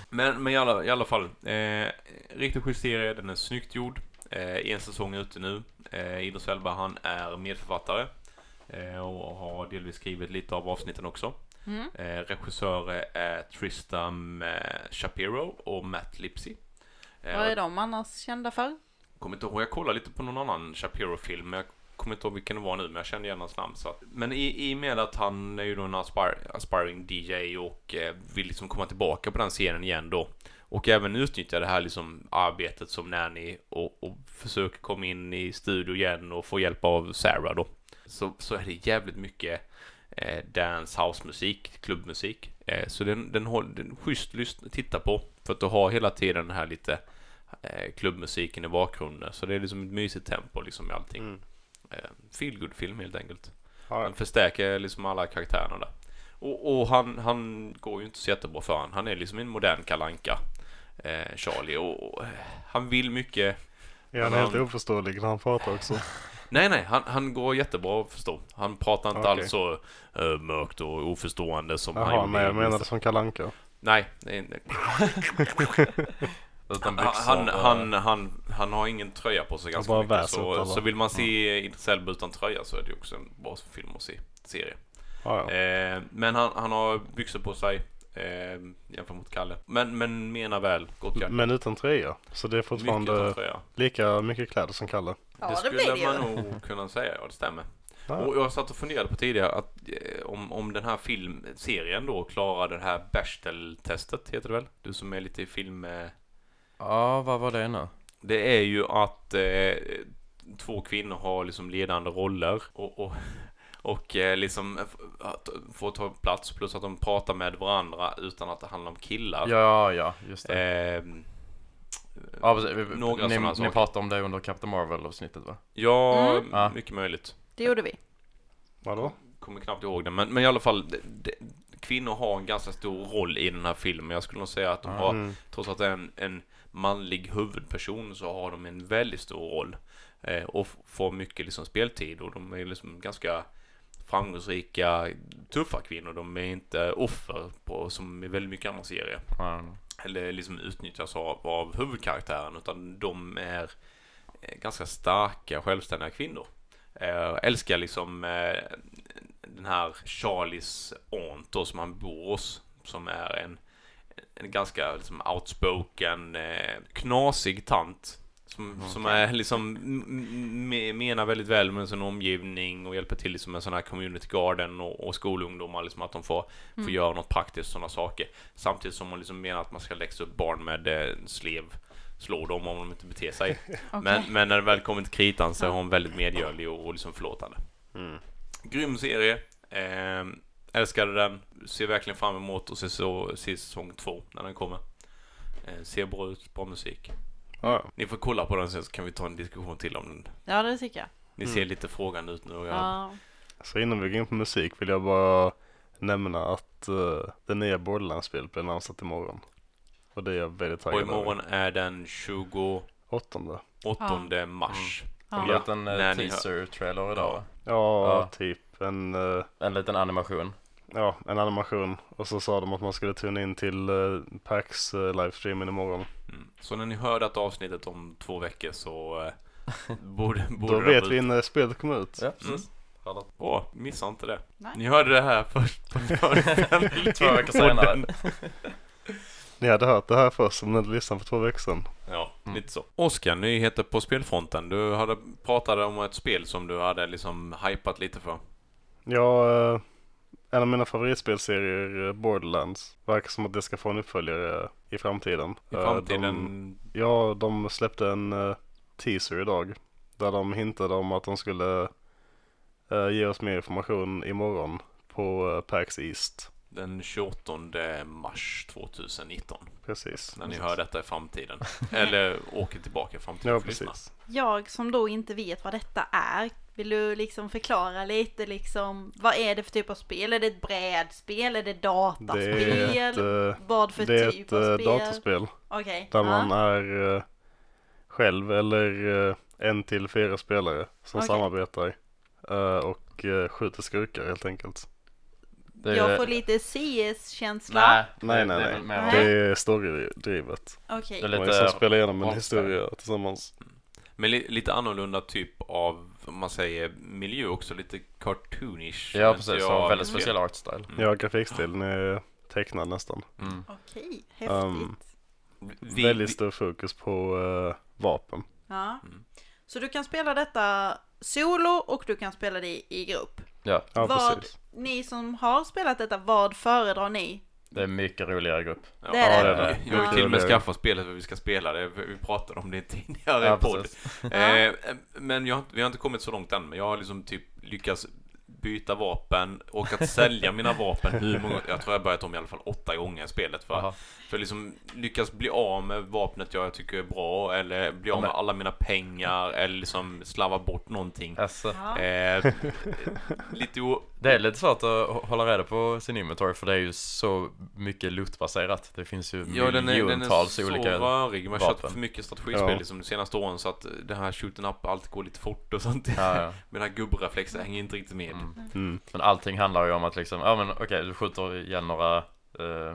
Speaker 1: Men, men i, alla, i alla fall, eh, riktigt schysst serie, den är snyggt gjord. Eh, en säsong är ute nu. Eh, Idris Elba, han är medförfattare. Eh, och har delvis skrivit lite av avsnitten också.
Speaker 2: Mm.
Speaker 1: Eh, regissörer är Tristan eh, Shapiro och Matt Lipsy. Eh,
Speaker 2: Vad är de annars kända för?
Speaker 1: Kommer inte ihåg, jag kollade lite på någon annan Shapiro-film, men jag kommer inte ihåg vilken det var nu, men jag kände igen hans namn. Så att, men i, i och med att han är ju då en aspir, aspiring DJ och eh, vill liksom komma tillbaka på den scenen igen då. Och även utnyttja det här liksom arbetet som nanny och, och försöka komma in i studio igen och få hjälp av Sarah då. Så, så är det jävligt mycket eh, dance housemusik, klubbmusik. Eh, så den, den, håll- den är schysst lyssn- att titta på. För att du har hela tiden den här lite eh, klubbmusiken i bakgrunden. Så det är liksom ett mysigt tempo liksom i allting.
Speaker 4: Mm.
Speaker 1: Eh, feel good film helt enkelt.
Speaker 4: Ja,
Speaker 1: Den förstärker liksom alla karaktärerna där. Och, och han, han går ju inte så jättebra för han. Han är liksom en modern kalanka eh, Charlie och, och eh, han vill mycket.
Speaker 4: är han
Speaker 1: men
Speaker 4: helt
Speaker 1: han-
Speaker 4: oförståelig när han pratar också?
Speaker 1: Nej, nej, han, han går jättebra att förstå. Han pratar inte
Speaker 4: Okej.
Speaker 1: alls så eh, mörkt och oförstående som han
Speaker 4: Jaha,
Speaker 1: gjorde
Speaker 4: nej
Speaker 1: i-
Speaker 4: jag menade som kalanka.
Speaker 1: Nej, det är inte-
Speaker 3: Utan byxor.
Speaker 1: han,
Speaker 3: och-
Speaker 1: han, han, han har ingen tröja på sig ganska
Speaker 4: eh. bara
Speaker 1: mycket.
Speaker 4: väser åt
Speaker 1: Så,
Speaker 4: alla. Mm.
Speaker 1: så vill man se Idris Elba utan tröja så är det ju också en bra film att se. Serie.
Speaker 4: Ja, ja.
Speaker 1: Eh, men han, han har byxor på sig eh, jämfört mot Kalle. Men, men menar väl, gott jag.
Speaker 4: Men utan tröja. Så det är fortfarande
Speaker 1: utan tröja.
Speaker 4: lika mycket kläder som Kalle.
Speaker 2: Ja,
Speaker 1: det
Speaker 2: det
Speaker 1: skulle
Speaker 2: blir det ju.
Speaker 1: man nog kunna säga, ja det stämmer.
Speaker 4: Ja.
Speaker 1: Och jag satt och funderade på tidigare att eh, om, om den här filmserien då klarar det här Bechdel-testet, heter det väl? Du som är lite i film... Eh,
Speaker 3: Ja, vad var det nu?
Speaker 1: Det är ju att eh, två kvinnor har liksom ledande roller och, och, och eh, liksom f- att får ta plats plus att de pratar med varandra utan att det handlar om killar.
Speaker 3: Ja, ja, just det.
Speaker 1: Eh,
Speaker 3: ja, precis. Vi-
Speaker 1: några
Speaker 3: ni,
Speaker 1: sådana
Speaker 3: ni
Speaker 1: saker.
Speaker 3: pratade om det under Captain Marvel-avsnittet va?
Speaker 1: ja,
Speaker 2: Mm.
Speaker 3: Ja.
Speaker 1: mycket möjligt.
Speaker 2: Det gjorde vi.
Speaker 4: Vadå?
Speaker 1: Kommer knappt ihåg det, men, men i alla fall. Det, det, kvinnor har en ganska stor roll i den här filmen. Jag skulle nog säga att de har
Speaker 4: Mm.
Speaker 1: Trots att det är en, en manlig huvudperson så har de en väldigt stor roll. Eh, och f- får mycket liksom speltid och de är liksom ganska framgångsrika, tuffa kvinnor. De är inte offer på, som i väldigt mycket andra serier.
Speaker 3: Ja,
Speaker 1: Eller liksom utnyttjas av, av huvudkaraktären. Utan de är eh, ganska starka, självständiga kvinnor. Eh, älskar liksom eh, den här Charlies aunt då, som han bor hos. Som är en, en ganska liksom outspoken, eh, knasig tant. Som, som är liksom, m- m- me- menar väldigt väl med sin omgivning och hjälper till liksom med sådana här community garden och, och skolungdomar. Liksom att de får, får göra något praktiskt, sådana saker. Samtidigt som hon liksom menar att man ska läxa upp barn med eh, slev. Slå dem om de inte beter sig.
Speaker 2: *laughs* Okej.
Speaker 1: Men, men när det väl kommer till kritan så är hon väldigt medgörlig och, och liksom förlåtande.
Speaker 4: Mm.
Speaker 1: Grym serie. Eh, älskade den. Ser verkligen fram emot att se, så, se säsong två när den kommer. Eh, ser bra ut, bra musik.
Speaker 4: Ja, ja.
Speaker 1: Ni får kolla på den sen så kan vi ta en diskussion till om den.
Speaker 2: Ja, det tycker jag.
Speaker 1: Ni
Speaker 4: Mm.
Speaker 1: ser lite frågande ut nu. och jag-
Speaker 2: Ja.
Speaker 4: Så Alltså, innan vi går in på musik vill jag bara nämna att uh, det nya Borderlands-spelet blir annonsat imorgon. Och det är jag väldigt taggad
Speaker 1: Och
Speaker 4: över.
Speaker 1: imorgon är den 28
Speaker 4: Åttonde. Mm.
Speaker 1: mars.
Speaker 3: En
Speaker 2: Ja.
Speaker 3: liten
Speaker 1: När
Speaker 3: eh,
Speaker 1: ni hör-
Speaker 3: teaser-trailer idag va?
Speaker 4: Ja,
Speaker 3: Ja.
Speaker 4: typ en, eh,
Speaker 3: En
Speaker 1: *laughs*
Speaker 3: liten animation.
Speaker 4: ja, en animation. Och så sa de att man skulle tuna in till uh, Pax uh, livestreamen imorgon.
Speaker 1: Mm. Så när ni hör detta avsnittet om två veckor så eh,
Speaker 3: *laughs*
Speaker 1: borde, borde
Speaker 4: Då
Speaker 1: den
Speaker 4: vet
Speaker 1: vara
Speaker 4: vi när spelet kommer ut.
Speaker 3: Ja,
Speaker 1: precis.
Speaker 3: Mm.
Speaker 1: Åh, missa inte det.
Speaker 2: Nej.
Speaker 1: Ni hörde det här först på Nördvänligt.
Speaker 3: *laughs* Två veckor senare.
Speaker 4: Ni hade hört det här först om ni hade lyssnat för två veckor sedan.
Speaker 1: Ja,
Speaker 3: Mm.
Speaker 1: lite så. Oskar, nyheter på spelfronten. Du hade pratade om ett spel som du hade liksom hypat lite för.
Speaker 4: Ja, eh, en av mina favoritspelserier, eh, Borderlands, verkar som att det ska få en uppföljare i framtiden.
Speaker 1: I
Speaker 4: Eh,
Speaker 1: framtiden...
Speaker 4: De, Ja, de släppte en eh, teaser idag. Där de hintade om att de skulle eh, ge oss mer information imorgon på eh, PAX East.
Speaker 1: Den 28 mars 2019.
Speaker 4: Precis.
Speaker 1: När ni hör detta i
Speaker 4: *laughs*
Speaker 1: framtiden. Eller åker tillbaka i framtiden.
Speaker 4: Ja,
Speaker 1: för att lyssna.
Speaker 4: precis.
Speaker 2: Jag som då inte vet vad detta är, vill du liksom förklara lite liksom, vad är det för typ av spel? Är det ett brädspel? Är det
Speaker 4: Det
Speaker 2: dataspel?
Speaker 4: är ett, eh,
Speaker 2: vad för
Speaker 4: det är
Speaker 2: typ
Speaker 4: ett
Speaker 2: av
Speaker 4: eh,
Speaker 2: spel?
Speaker 4: datorspel
Speaker 2: Okej.
Speaker 4: där
Speaker 2: ja.
Speaker 4: man är eh, själv eller eh, en till fyra spelare som
Speaker 2: Okej.
Speaker 4: samarbetar eh, och eh, skjuter skurkar helt enkelt.
Speaker 3: Det är-
Speaker 2: Jag får lite CS-känsla.
Speaker 3: Nej,
Speaker 4: Nej,
Speaker 3: det-
Speaker 4: nej,
Speaker 3: det är
Speaker 4: nej.
Speaker 3: väl mer-
Speaker 2: Nej.
Speaker 4: Det är storydrivet.
Speaker 2: Okej.
Speaker 3: Det är
Speaker 4: Man
Speaker 3: lite-
Speaker 4: liksom spelar igenom en
Speaker 3: rollspel.
Speaker 4: historia tillsammans.
Speaker 1: Men li- lite annorlunda typ av om man säger, miljö också lite cartoonish.
Speaker 3: Ja
Speaker 1: men
Speaker 3: precis,
Speaker 1: inte
Speaker 3: så
Speaker 1: jag-
Speaker 3: väldigt speciell art style.
Speaker 4: Ja, grafikstilen är tecknad nästan.
Speaker 3: Mm.
Speaker 2: Okej,
Speaker 4: Ehm,
Speaker 2: häftigt.
Speaker 1: Vi,
Speaker 4: Väldigt
Speaker 1: vi,
Speaker 4: stor fokus på eh, vapen.
Speaker 2: ja.
Speaker 1: Mm.
Speaker 2: Så du kan spela detta solo och du kan spela det i grupp.
Speaker 3: Ja,
Speaker 4: Ja,
Speaker 2: vad,
Speaker 4: precis.
Speaker 2: ni som har spelat detta, vad föredrar ni?
Speaker 3: det är mycket roligare grupp.
Speaker 1: ja,
Speaker 2: det är
Speaker 4: det.
Speaker 1: jag- Jag vill
Speaker 2: Ja.
Speaker 1: till och med
Speaker 4: Det är det.
Speaker 1: skaffa spelet för vi ska spela det. Vi pratade om det tidigare
Speaker 3: Ja,
Speaker 1: i podd.
Speaker 3: precis.
Speaker 1: Eh, men jag, har inte- vi har inte kommit så långt än. Men jag har liksom typ lyckats byta vapen och att sälja mina vapen hur många, jag tror jag har börjat om i alla fall åtta gånger i spelet för,
Speaker 3: Jaha.
Speaker 1: för liksom lyckas bli av med vapnet jag tycker är bra eller bli av
Speaker 3: men-
Speaker 1: med alla mina pengar eller liksom slarva bort någonting.
Speaker 3: Alltså,
Speaker 2: Ja.
Speaker 1: Eh, lite o...
Speaker 3: det är lite svårt att hå- hålla reda på sin inventory för det är ju så mycket lootbaserat. Det finns ju
Speaker 1: Ja, den är, den är
Speaker 3: miljontals
Speaker 1: så
Speaker 3: olika...
Speaker 1: rörig. Man har
Speaker 3: vapen.
Speaker 1: kört för mycket strategispel
Speaker 4: Ja.
Speaker 1: liksom, de senaste åren så att det här shooten up, allt går lite fort och sånt. *laughs*
Speaker 3: Ja, ja.
Speaker 1: Mina gubbreflexer hänger inte riktigt med.
Speaker 3: Mm.
Speaker 4: Mm.
Speaker 3: Men allting handlar ju om att liksom, ja men okej du skjuter ihjäl några, eh,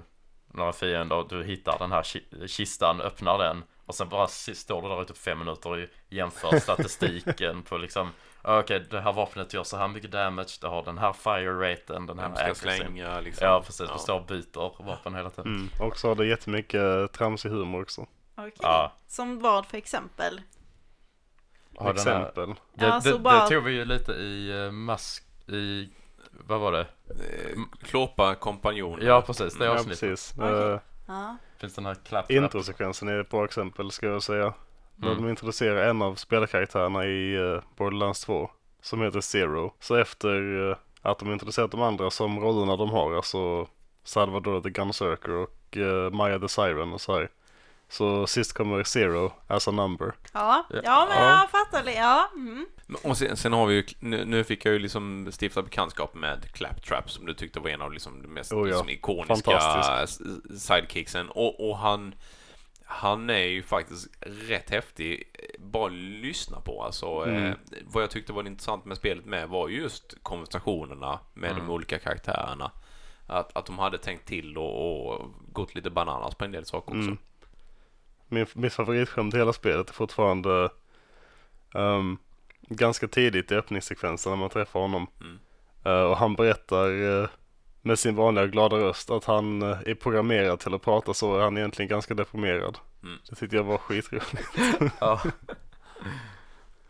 Speaker 3: några fiender, du hittar den här ki- kistan, öppnar den och sen bara si- står du där i typ fem minuter och jämför statistiken på liksom, ja, okej det här vapnet gör så här mycket damage, det har den här fire raten, den här
Speaker 1: Vem ska
Speaker 3: accuracy.
Speaker 1: slänga liksom.
Speaker 3: Ja precis, du står och byter vapen hela tiden.
Speaker 4: Mm. Och så har det jättemycket eh, tramsig humor också.
Speaker 2: Okej.
Speaker 3: Ja.
Speaker 2: Som vad för exempel?
Speaker 3: Har den här,
Speaker 4: Exempel.
Speaker 3: det,
Speaker 2: Ja, så
Speaker 3: det,
Speaker 2: bara-
Speaker 3: det tog vi ju lite i eh, mask, i, vad var det?
Speaker 1: Eh, Klåpa kompanjon.
Speaker 3: Ja precis, det
Speaker 4: Ja,
Speaker 3: avsnittet.
Speaker 4: precis.
Speaker 2: Okej.
Speaker 4: Eh,
Speaker 2: Ja.
Speaker 3: Finns den här klapp
Speaker 4: Introsekvensen är ett bra exempel ska jag säga. När
Speaker 3: Mm.
Speaker 4: de introducerar en av spelkaraktärerna i eh, Borderlands 2 som heter Zero. Så efter eh, att de introducerat de andra som rollerna de har, alltså Salvador the Gunsirker och eh, Maya the Siren och så här. Så sist kommer Zero as a number.
Speaker 2: Ja.
Speaker 3: Ja.
Speaker 2: ja, men
Speaker 3: Ja.
Speaker 2: jag fattar det. Ja. Mm.
Speaker 1: Men- Och sen, sen har vi ju, nu, nu fick jag ju liksom stifta bekantskap med Claptrap som du tyckte var en av liksom de mest
Speaker 4: Oh ja,
Speaker 1: liksom ikoniska
Speaker 4: fantastisk.
Speaker 1: s- sidekicksen. Och, och han, han är ju faktiskt rätt häftig, eh, bara lyssna på alltså.
Speaker 4: Mm.
Speaker 1: Eh, vad jag tyckte var intressant med spelet med var just konversationerna med
Speaker 4: Mm.
Speaker 1: de olika karaktärerna. Att, att de hade tänkt till och, och gått lite bananas på en del saker också.
Speaker 4: Mm. Min, mitt favoritskämt i hela spelet är fortfarande ehm, ganska tidigt i öppningssekvensen när man träffar honom.
Speaker 1: Mm.
Speaker 4: Eh, och han berättar eh, med sin vanliga glada röst att han eh, är programmerad till att prata så är han egentligen ganska deprimerad.
Speaker 1: Mm.
Speaker 4: Det tyckte jag var skitroligt. *laughs*
Speaker 3: Ja.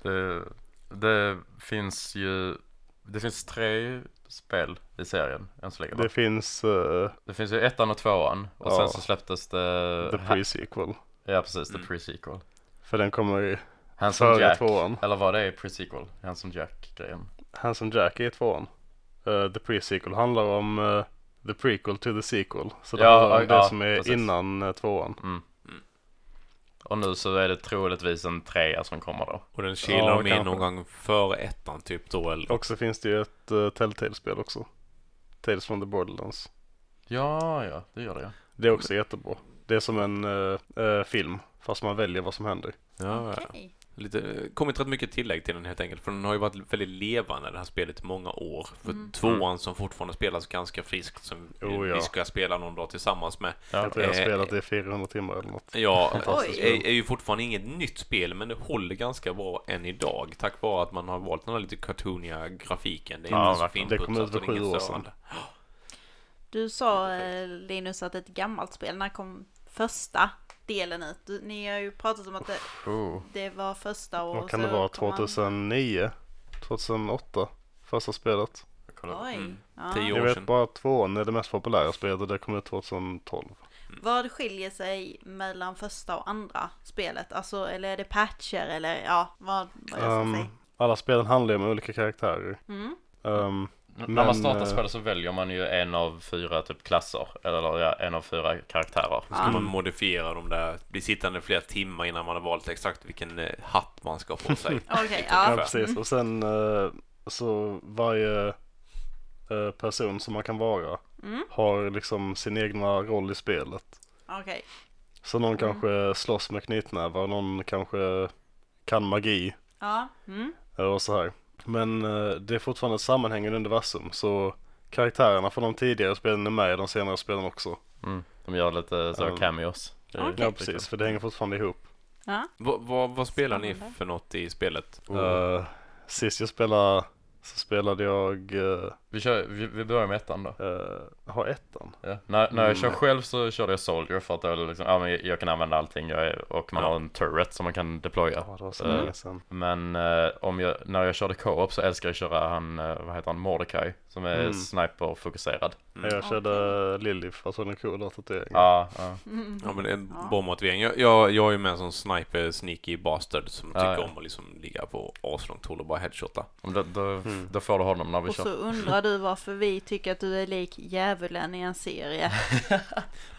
Speaker 3: Det, det finns ju, det finns tre spel i serien än så länge. va?
Speaker 4: Det finns eh,
Speaker 3: Det finns ju ettan och tvåan och
Speaker 4: Ja.
Speaker 3: sen så släpptes det...
Speaker 4: The Pre-Sequel.
Speaker 3: ja precis, the
Speaker 1: Mm.
Speaker 3: pre-sequel.
Speaker 4: För den kommer i
Speaker 3: Handsome
Speaker 4: före
Speaker 3: Jack,
Speaker 4: tvåan.
Speaker 3: eller vad det är pre-sequel, Handsome Jack-grejen.
Speaker 4: Handsome Jack är i tvåan. Eh, the Pre-Sequel handlar om eh, The Prequel to the Sequel. Så det
Speaker 3: Ja,
Speaker 4: handlar om
Speaker 3: ja,
Speaker 4: det som är
Speaker 3: precis.
Speaker 4: innan eh, tvåan.
Speaker 3: Mm.
Speaker 1: Mm.
Speaker 3: Och nu så är det troligtvis en trea som kommer då.
Speaker 1: Och den kilar
Speaker 4: Ja,
Speaker 1: de in
Speaker 4: kanske.
Speaker 1: någon gång före ettan typ då eller?
Speaker 4: Och så finns det ju ett uh, Telltale-spel också. Tales from the Borderlands.
Speaker 3: Ja, ja, det gör det ja.
Speaker 4: Det är också jättebra. Det är som en eh, eh, film, fast man väljer vad som händer.
Speaker 1: Ja, ja.
Speaker 2: Okej.
Speaker 1: lite, kommit rätt mycket tillägg till den helt enkelt. För den har ju varit väldigt levande det här spelet i många år. För
Speaker 2: Mm.
Speaker 1: tvåan som fortfarande spelas ganska friskt som
Speaker 4: Oh, ja.
Speaker 1: vi ska spela någon dag tillsammans med.
Speaker 4: Jag tror jag har
Speaker 1: Eh,
Speaker 4: spelat det i 400 timmar eller något.
Speaker 1: Ja,
Speaker 4: Fantastiskt
Speaker 1: är,
Speaker 4: spel.
Speaker 1: är ju fortfarande inget nytt spel men det håller ganska bra än idag. Tack vare att man har valt den här lite cartooniga grafiken. Det är
Speaker 3: Ja,
Speaker 1: inte så
Speaker 3: verkligen.
Speaker 1: fint
Speaker 4: Det kom ut för
Speaker 1: och det är
Speaker 4: sju
Speaker 1: inget
Speaker 4: år
Speaker 1: störande.
Speaker 2: Du sa
Speaker 1: Perfekt.
Speaker 2: eh, Linus att det är ett gammalt spel. När kom första delen ut? Du, ni har ju pratat om att det,
Speaker 3: Oh.
Speaker 2: det var första och
Speaker 4: Vad kan
Speaker 2: så
Speaker 4: det vara?
Speaker 2: kom andra.
Speaker 4: 2009? 2008? Första spelet.
Speaker 3: jag kollar.
Speaker 2: Oj.
Speaker 1: Mm.
Speaker 2: Ja.
Speaker 1: Tio år.
Speaker 4: Jag
Speaker 1: sedan.
Speaker 4: vet bara att tvåan är det mest populära spelet och det kom ut 2012.
Speaker 2: Vad skiljer sig mellan första och andra spelet? Alltså, eller är det patcher eller ja, vad, vad jag ska
Speaker 4: Ehm,
Speaker 2: säga?
Speaker 4: alla spelen handlar ju om olika karaktärer.
Speaker 2: Mm.
Speaker 4: Ehm,
Speaker 3: N- när
Speaker 4: Men,
Speaker 3: man startar
Speaker 4: eh,
Speaker 3: spelet så väljer man ju en av fyra typ klasser, eller ja, en av fyra karaktärer.
Speaker 1: Ska
Speaker 4: Ah.
Speaker 1: man modifiera de där, bli sittande flera timmar innan man har valt exakt vilken eh, hatt man ska ha på
Speaker 4: *laughs*
Speaker 1: sig.
Speaker 2: Okej,
Speaker 4: *laughs* Ja,
Speaker 2: ja.
Speaker 4: precis. Och sen eh, så varje eh, person som man kan vara
Speaker 2: Mm.
Speaker 4: har liksom sin egna roll i spelet.
Speaker 2: Okej.
Speaker 4: Så någon kanske slåss med knytnävar, någon kanske kan magi
Speaker 2: Ja. Mm.
Speaker 4: eh, och så här. Men eh, det är fortfarande ett sammanhängande universum så karaktärerna från de tidigare spelen är med i de senare spelen också.
Speaker 3: Mm. De gör lite så
Speaker 4: Ja.
Speaker 3: cameos. Det är typ liksom-
Speaker 2: Okej.
Speaker 4: Ja
Speaker 3: riktigt
Speaker 4: precis,
Speaker 3: kul.
Speaker 4: för det hänger fortfarande ihop.
Speaker 2: ja.
Speaker 1: Vad- vad- vad spelar ni
Speaker 2: Spännande.
Speaker 1: för något i spelet?
Speaker 3: Oh.
Speaker 4: Eh, Sist jag spelade så spelade jag, eh,
Speaker 3: Vi, kör, vi, vi börjar med ettan då.
Speaker 4: eh, ha ettan.
Speaker 3: Ja. När, när jag kör
Speaker 4: Mm.
Speaker 3: själv så körde jag Soldier för att jag, liksom, ja, men jag- jag kan använda allting jag är, och man
Speaker 1: Ja.
Speaker 3: har en turret som man kan deploya.
Speaker 4: Ja, det var så
Speaker 3: Mm.
Speaker 4: länge sedan.
Speaker 3: Men eh, om jag, när jag körde co-op så älskar jag att köra han, eh, vad heter han, Mordecai som är
Speaker 4: Mm.
Speaker 3: sniper-fokuserad.
Speaker 1: Mm.
Speaker 4: Jag körde Lilly för att hon är cool och tatuering.
Speaker 3: Ja, ja.
Speaker 2: Mm.
Speaker 1: Ja men det är en
Speaker 2: Ja.
Speaker 1: bra motivering. Jag, jag, jag är ju med en sån sniper, sneaky bastard som
Speaker 3: Ja,
Speaker 1: tycker
Speaker 3: ja.
Speaker 1: om att liksom ligga på aslångt håll och bara headshotta.
Speaker 3: Om Då, då,
Speaker 4: Mm.
Speaker 3: då får du honom när vi
Speaker 2: Och så
Speaker 3: kör.
Speaker 2: undrar du varför vi tycker att du är lik djävulen i en serie.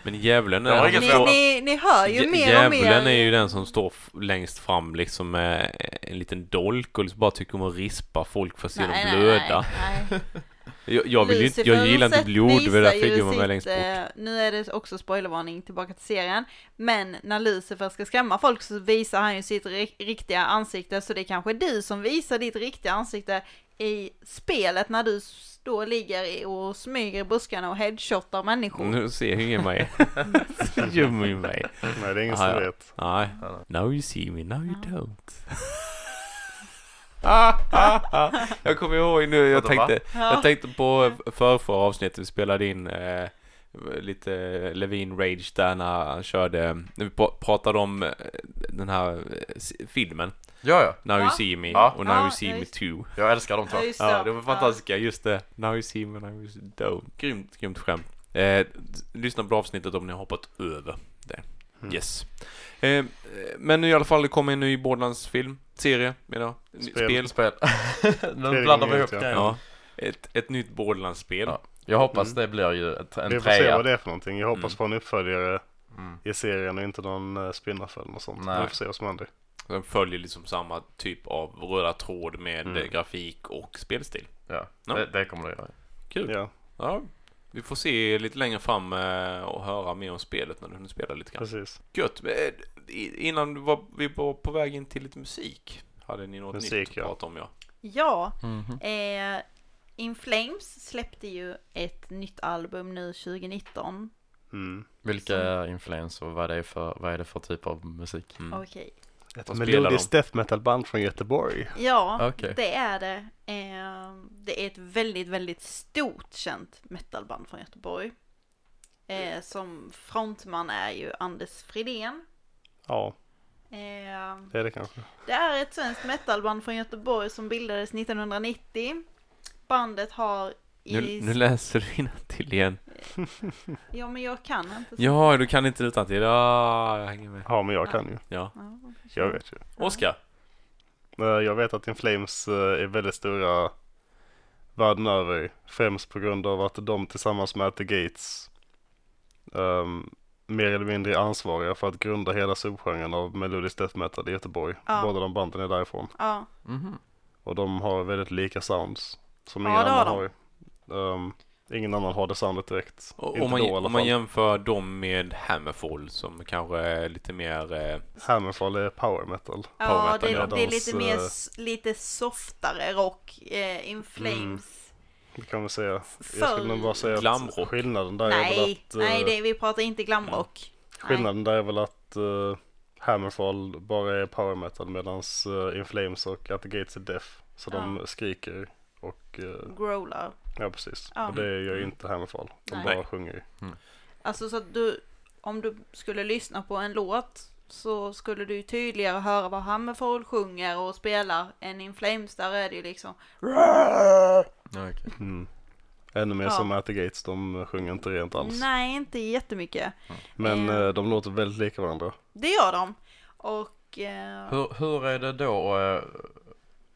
Speaker 1: Men djävulen är,
Speaker 3: Jag har
Speaker 1: han
Speaker 3: inget
Speaker 1: som
Speaker 2: Ni,
Speaker 3: fel.
Speaker 1: står-
Speaker 2: ni, ni hör ju
Speaker 1: Djä-
Speaker 2: mer och
Speaker 1: Djävulen är
Speaker 2: mer.
Speaker 1: ju den som står f- längst fram liksom med en liten dolk och liksom bara tycker om att rispa folk för att se dem blöda.
Speaker 2: nej, nej.
Speaker 1: Jag, *laughs* jag, vill ju inte, jag gillar inte
Speaker 2: Lucifer
Speaker 1: blod, det är
Speaker 2: visar
Speaker 1: därför jag
Speaker 2: ju
Speaker 1: gömmer mig
Speaker 2: sitt,
Speaker 1: längst bort.
Speaker 2: eh, Nu är det också spoilervarning tillbaka till serien. Men när Lucifer ska skrämma folk så visar han ju sitt ri- riktiga ansikte. Så det är kanske du som visar ditt riktiga ansikte i spelet när du står och ligger i- och smyger i buskarna och headshotar människor.
Speaker 1: Nu ser ju ingen
Speaker 2: *laughs*
Speaker 1: mig. Jag gömmer ju mig.
Speaker 4: Nej, det är ingen som
Speaker 1: Ah, ja.
Speaker 4: vet.
Speaker 1: Nej.
Speaker 3: Ja.
Speaker 1: Now you see me, now you
Speaker 2: Ja.
Speaker 1: don't. *laughs* jag kommer ihåg nu, jag
Speaker 3: Vadå, va?
Speaker 1: tänkte,
Speaker 2: Ja.
Speaker 1: jag tänkte på för, förra avsnittet vi spelade in eh, lite Levin Rage där när han körde, när vi pra- pratade om eh, den här eh, s- filmen
Speaker 3: Ja, ja.
Speaker 1: Now You
Speaker 2: Ja.
Speaker 1: See Me
Speaker 3: Ja.
Speaker 1: och Now
Speaker 2: Ja,
Speaker 1: You See
Speaker 2: ja,
Speaker 1: Me
Speaker 2: just-
Speaker 1: Too.
Speaker 3: Jag älskar de två.
Speaker 2: Ja, just
Speaker 1: Ja, de var fantastiska, just det. Now You See Me, Now You See Don't. Grymt, grymt skämt. Eh, lyssna på det avsnittet om ni har hoppat över det.
Speaker 4: Mm.
Speaker 1: Yes. Eh, eh, men i alla fall, det kommer en ny Borderlands-film, serie, menar jag. Ny- Spel.
Speaker 4: Spel.
Speaker 3: Spel. *laughs* Nu
Speaker 4: Tredje
Speaker 3: blandar vi
Speaker 4: gången
Speaker 3: ihop
Speaker 4: gillt, ja.
Speaker 3: grejerna.
Speaker 1: Ja. Ett, ett nytt Borderlands-spel.
Speaker 3: Ja. Jag hoppas
Speaker 4: Mm.
Speaker 3: det blir ju ett, en
Speaker 4: Vi får se
Speaker 3: trea.
Speaker 4: vad det är för någonting. Jag hoppas
Speaker 1: Mm.
Speaker 4: på en uppföljare
Speaker 3: Mm.
Speaker 4: i serien och inte någon eh, spin-off eller något sånt.
Speaker 3: Nej.
Speaker 4: Vi får se vad som händer.
Speaker 1: Den följer liksom samma typ av röda tråd med
Speaker 4: Mm.
Speaker 1: eh, grafik och spelstil.
Speaker 3: Ja,
Speaker 1: Ja.
Speaker 3: det, det kommer det göra.
Speaker 1: Kul. Ja.
Speaker 4: Ja,
Speaker 1: Vi får se lite längre fram eh, och höra mer om spelet när du hunnit spela lite grann.
Speaker 4: precis.
Speaker 1: Gött. Men, eh, i- Innan du var, vi var på väg in till lite musik. Hade ni något
Speaker 4: Musik,
Speaker 1: nytt att
Speaker 4: ja.
Speaker 1: prata om? Ja.
Speaker 2: Ja,
Speaker 3: Mm-hmm.
Speaker 2: eh, In Flames släppte ju ett nytt album nu 2019.
Speaker 4: Mm.
Speaker 3: Vilka influenser och vad är, det för, vad är det för typ av musik?
Speaker 1: Mm.
Speaker 2: Okej.
Speaker 4: Ett
Speaker 1: Vad spelar
Speaker 4: melodiskt death metal band från Göteborg.
Speaker 2: Ja,
Speaker 3: Okej.
Speaker 2: det är det. Eh, det är ett väldigt, väldigt stort känt metalband från Göteborg. Eh, som frontman är ju Anders Fridén.
Speaker 4: Ja,
Speaker 2: Eh,
Speaker 4: det är det kanske.
Speaker 2: det är ett svenskt metalband från Göteborg som bildades 1990. Bandet har i...
Speaker 1: Nu, nu läser du till igen.
Speaker 2: Ja, men jag kan inte. så-
Speaker 1: Ja, du kan inte utantill. Ah, jag hänger med.
Speaker 4: Ja, men jag kan ju.
Speaker 1: Ja.
Speaker 2: Ja, Mm.
Speaker 4: Jag vet ju.
Speaker 1: Oskar.
Speaker 4: Eh, Jag vet att In Flames eh, är väldigt stora världen över. Främst på grund av att de tillsammans med The Gates ehm, mer eller mindre är ansvariga för att grunda hela subgenren av melodisk death metal i Göteborg.
Speaker 2: Ja.
Speaker 4: Båda de banden är därifrån.
Speaker 2: Ja,
Speaker 3: Mhm.
Speaker 4: Och de har väldigt lika sounds. Som
Speaker 2: Ja,
Speaker 4: ingen
Speaker 2: det har
Speaker 4: annan
Speaker 2: de.
Speaker 4: har. Ehm, ingen annan har det soundet direkt.
Speaker 1: Och,
Speaker 4: Inte
Speaker 1: om, man,
Speaker 4: då i alla
Speaker 1: om man
Speaker 4: fall.
Speaker 1: jämför dem med Hammerfall som kanske är lite mer... Eh,
Speaker 4: Hammerfall är power metal.
Speaker 2: ja
Speaker 1: Power
Speaker 2: det,
Speaker 1: metal,
Speaker 2: det är lite
Speaker 4: ja.
Speaker 2: mer,
Speaker 4: Dans, eh,
Speaker 2: s- lite softare rock. Eh, In Flames.
Speaker 4: Det kan man säga. Jag
Speaker 2: Soul.
Speaker 4: skulle nog bara säga
Speaker 1: Glamrock.
Speaker 4: att skillnaden där är väl
Speaker 2: Nej,
Speaker 4: att... eh,
Speaker 2: nej det, vi pratar inte glamrock. Nej.
Speaker 4: Skillnaden där är väl att eh, Hammerfall bara är power metal medan In Flames och At the Gates är deaf. Så de skriker och eh,
Speaker 2: Growler.
Speaker 4: ja precis.
Speaker 2: Ja. Mm.
Speaker 4: Och det gör ju inte Hammerfall. De
Speaker 2: Nej.
Speaker 4: bara sjunger.
Speaker 2: Alltså så att du, om du skulle lyssna på en låt så skulle du ju tydligare höra vad Hammerfall sjunger och spelar än In Flames. Där är det ju liksom,
Speaker 3: Ja, okej.
Speaker 4: Mm. Ännu mer
Speaker 2: Ja.
Speaker 4: som At the Gates, de sjunger inte rent alls.
Speaker 2: nej inte jättemycket.
Speaker 4: Men
Speaker 2: Eh.
Speaker 4: eh, de låter väldigt lika varandra.
Speaker 2: Det gör de. Och eh,
Speaker 3: Hur, hur är det då? eh,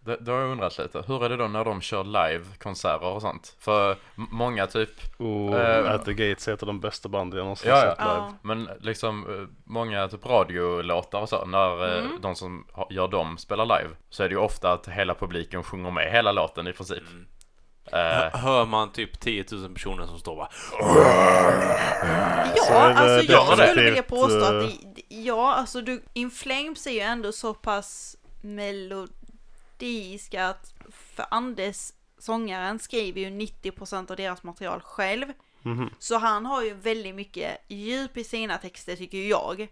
Speaker 3: Det, det har jag undrat lite. Hur är det då när de kör live-konserter och sånt? För m- många typ,
Speaker 4: Och
Speaker 3: Eh.
Speaker 4: At the Gates är ett av de bästa banden jag någonsin
Speaker 3: Ja, ja.
Speaker 4: sett live.
Speaker 2: ja,
Speaker 3: men liksom eh, många typ radiolåtar och så, när eh,
Speaker 2: Mm.
Speaker 3: de som ha- gör dem spelar live, så är det ju ofta att hela publiken sjunger med hela låten i princip.
Speaker 1: mm.
Speaker 3: Eh,
Speaker 1: Hör- Hör man typ 10 000 personer som står bara...
Speaker 4: Så
Speaker 2: ja
Speaker 4: är det
Speaker 2: alltså jag skulle
Speaker 4: definitivt,
Speaker 2: vilja påstå att
Speaker 4: eh,
Speaker 2: det- det- ja alltså du, In Flames är ju ändå så pass melodiska att för Anders sångaren skriver ju 90% av deras material själv.
Speaker 4: Mhm.
Speaker 2: Så han har ju väldigt mycket djup i sina texter tycker jag.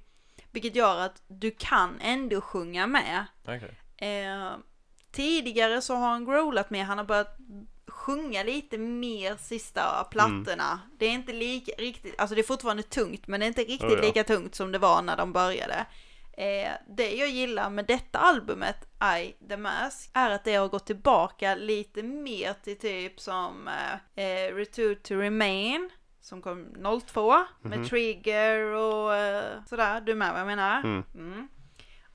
Speaker 2: Vilket gör att du kan ändå sjunga med.
Speaker 3: Okej.
Speaker 2: Eh, Tidigare så har han growlat mer, han har börjat sjunga lite mer sista plattorna.
Speaker 4: Mm.
Speaker 2: Det är inte lika riktigt, alltså det är fortfarande tungt men det är inte riktigt
Speaker 4: Oh, ja.
Speaker 2: lika tungt som det var när de började. Eh, det jag gillar med detta albumet, I the Mask, är att det har gått tillbaka lite mer till typ som eh, eh, Return to Remain, som kom 02,
Speaker 4: Mhm.
Speaker 2: med Trigger och eh, sådär, du är med vad jag menar?
Speaker 4: Mm.
Speaker 2: Mm.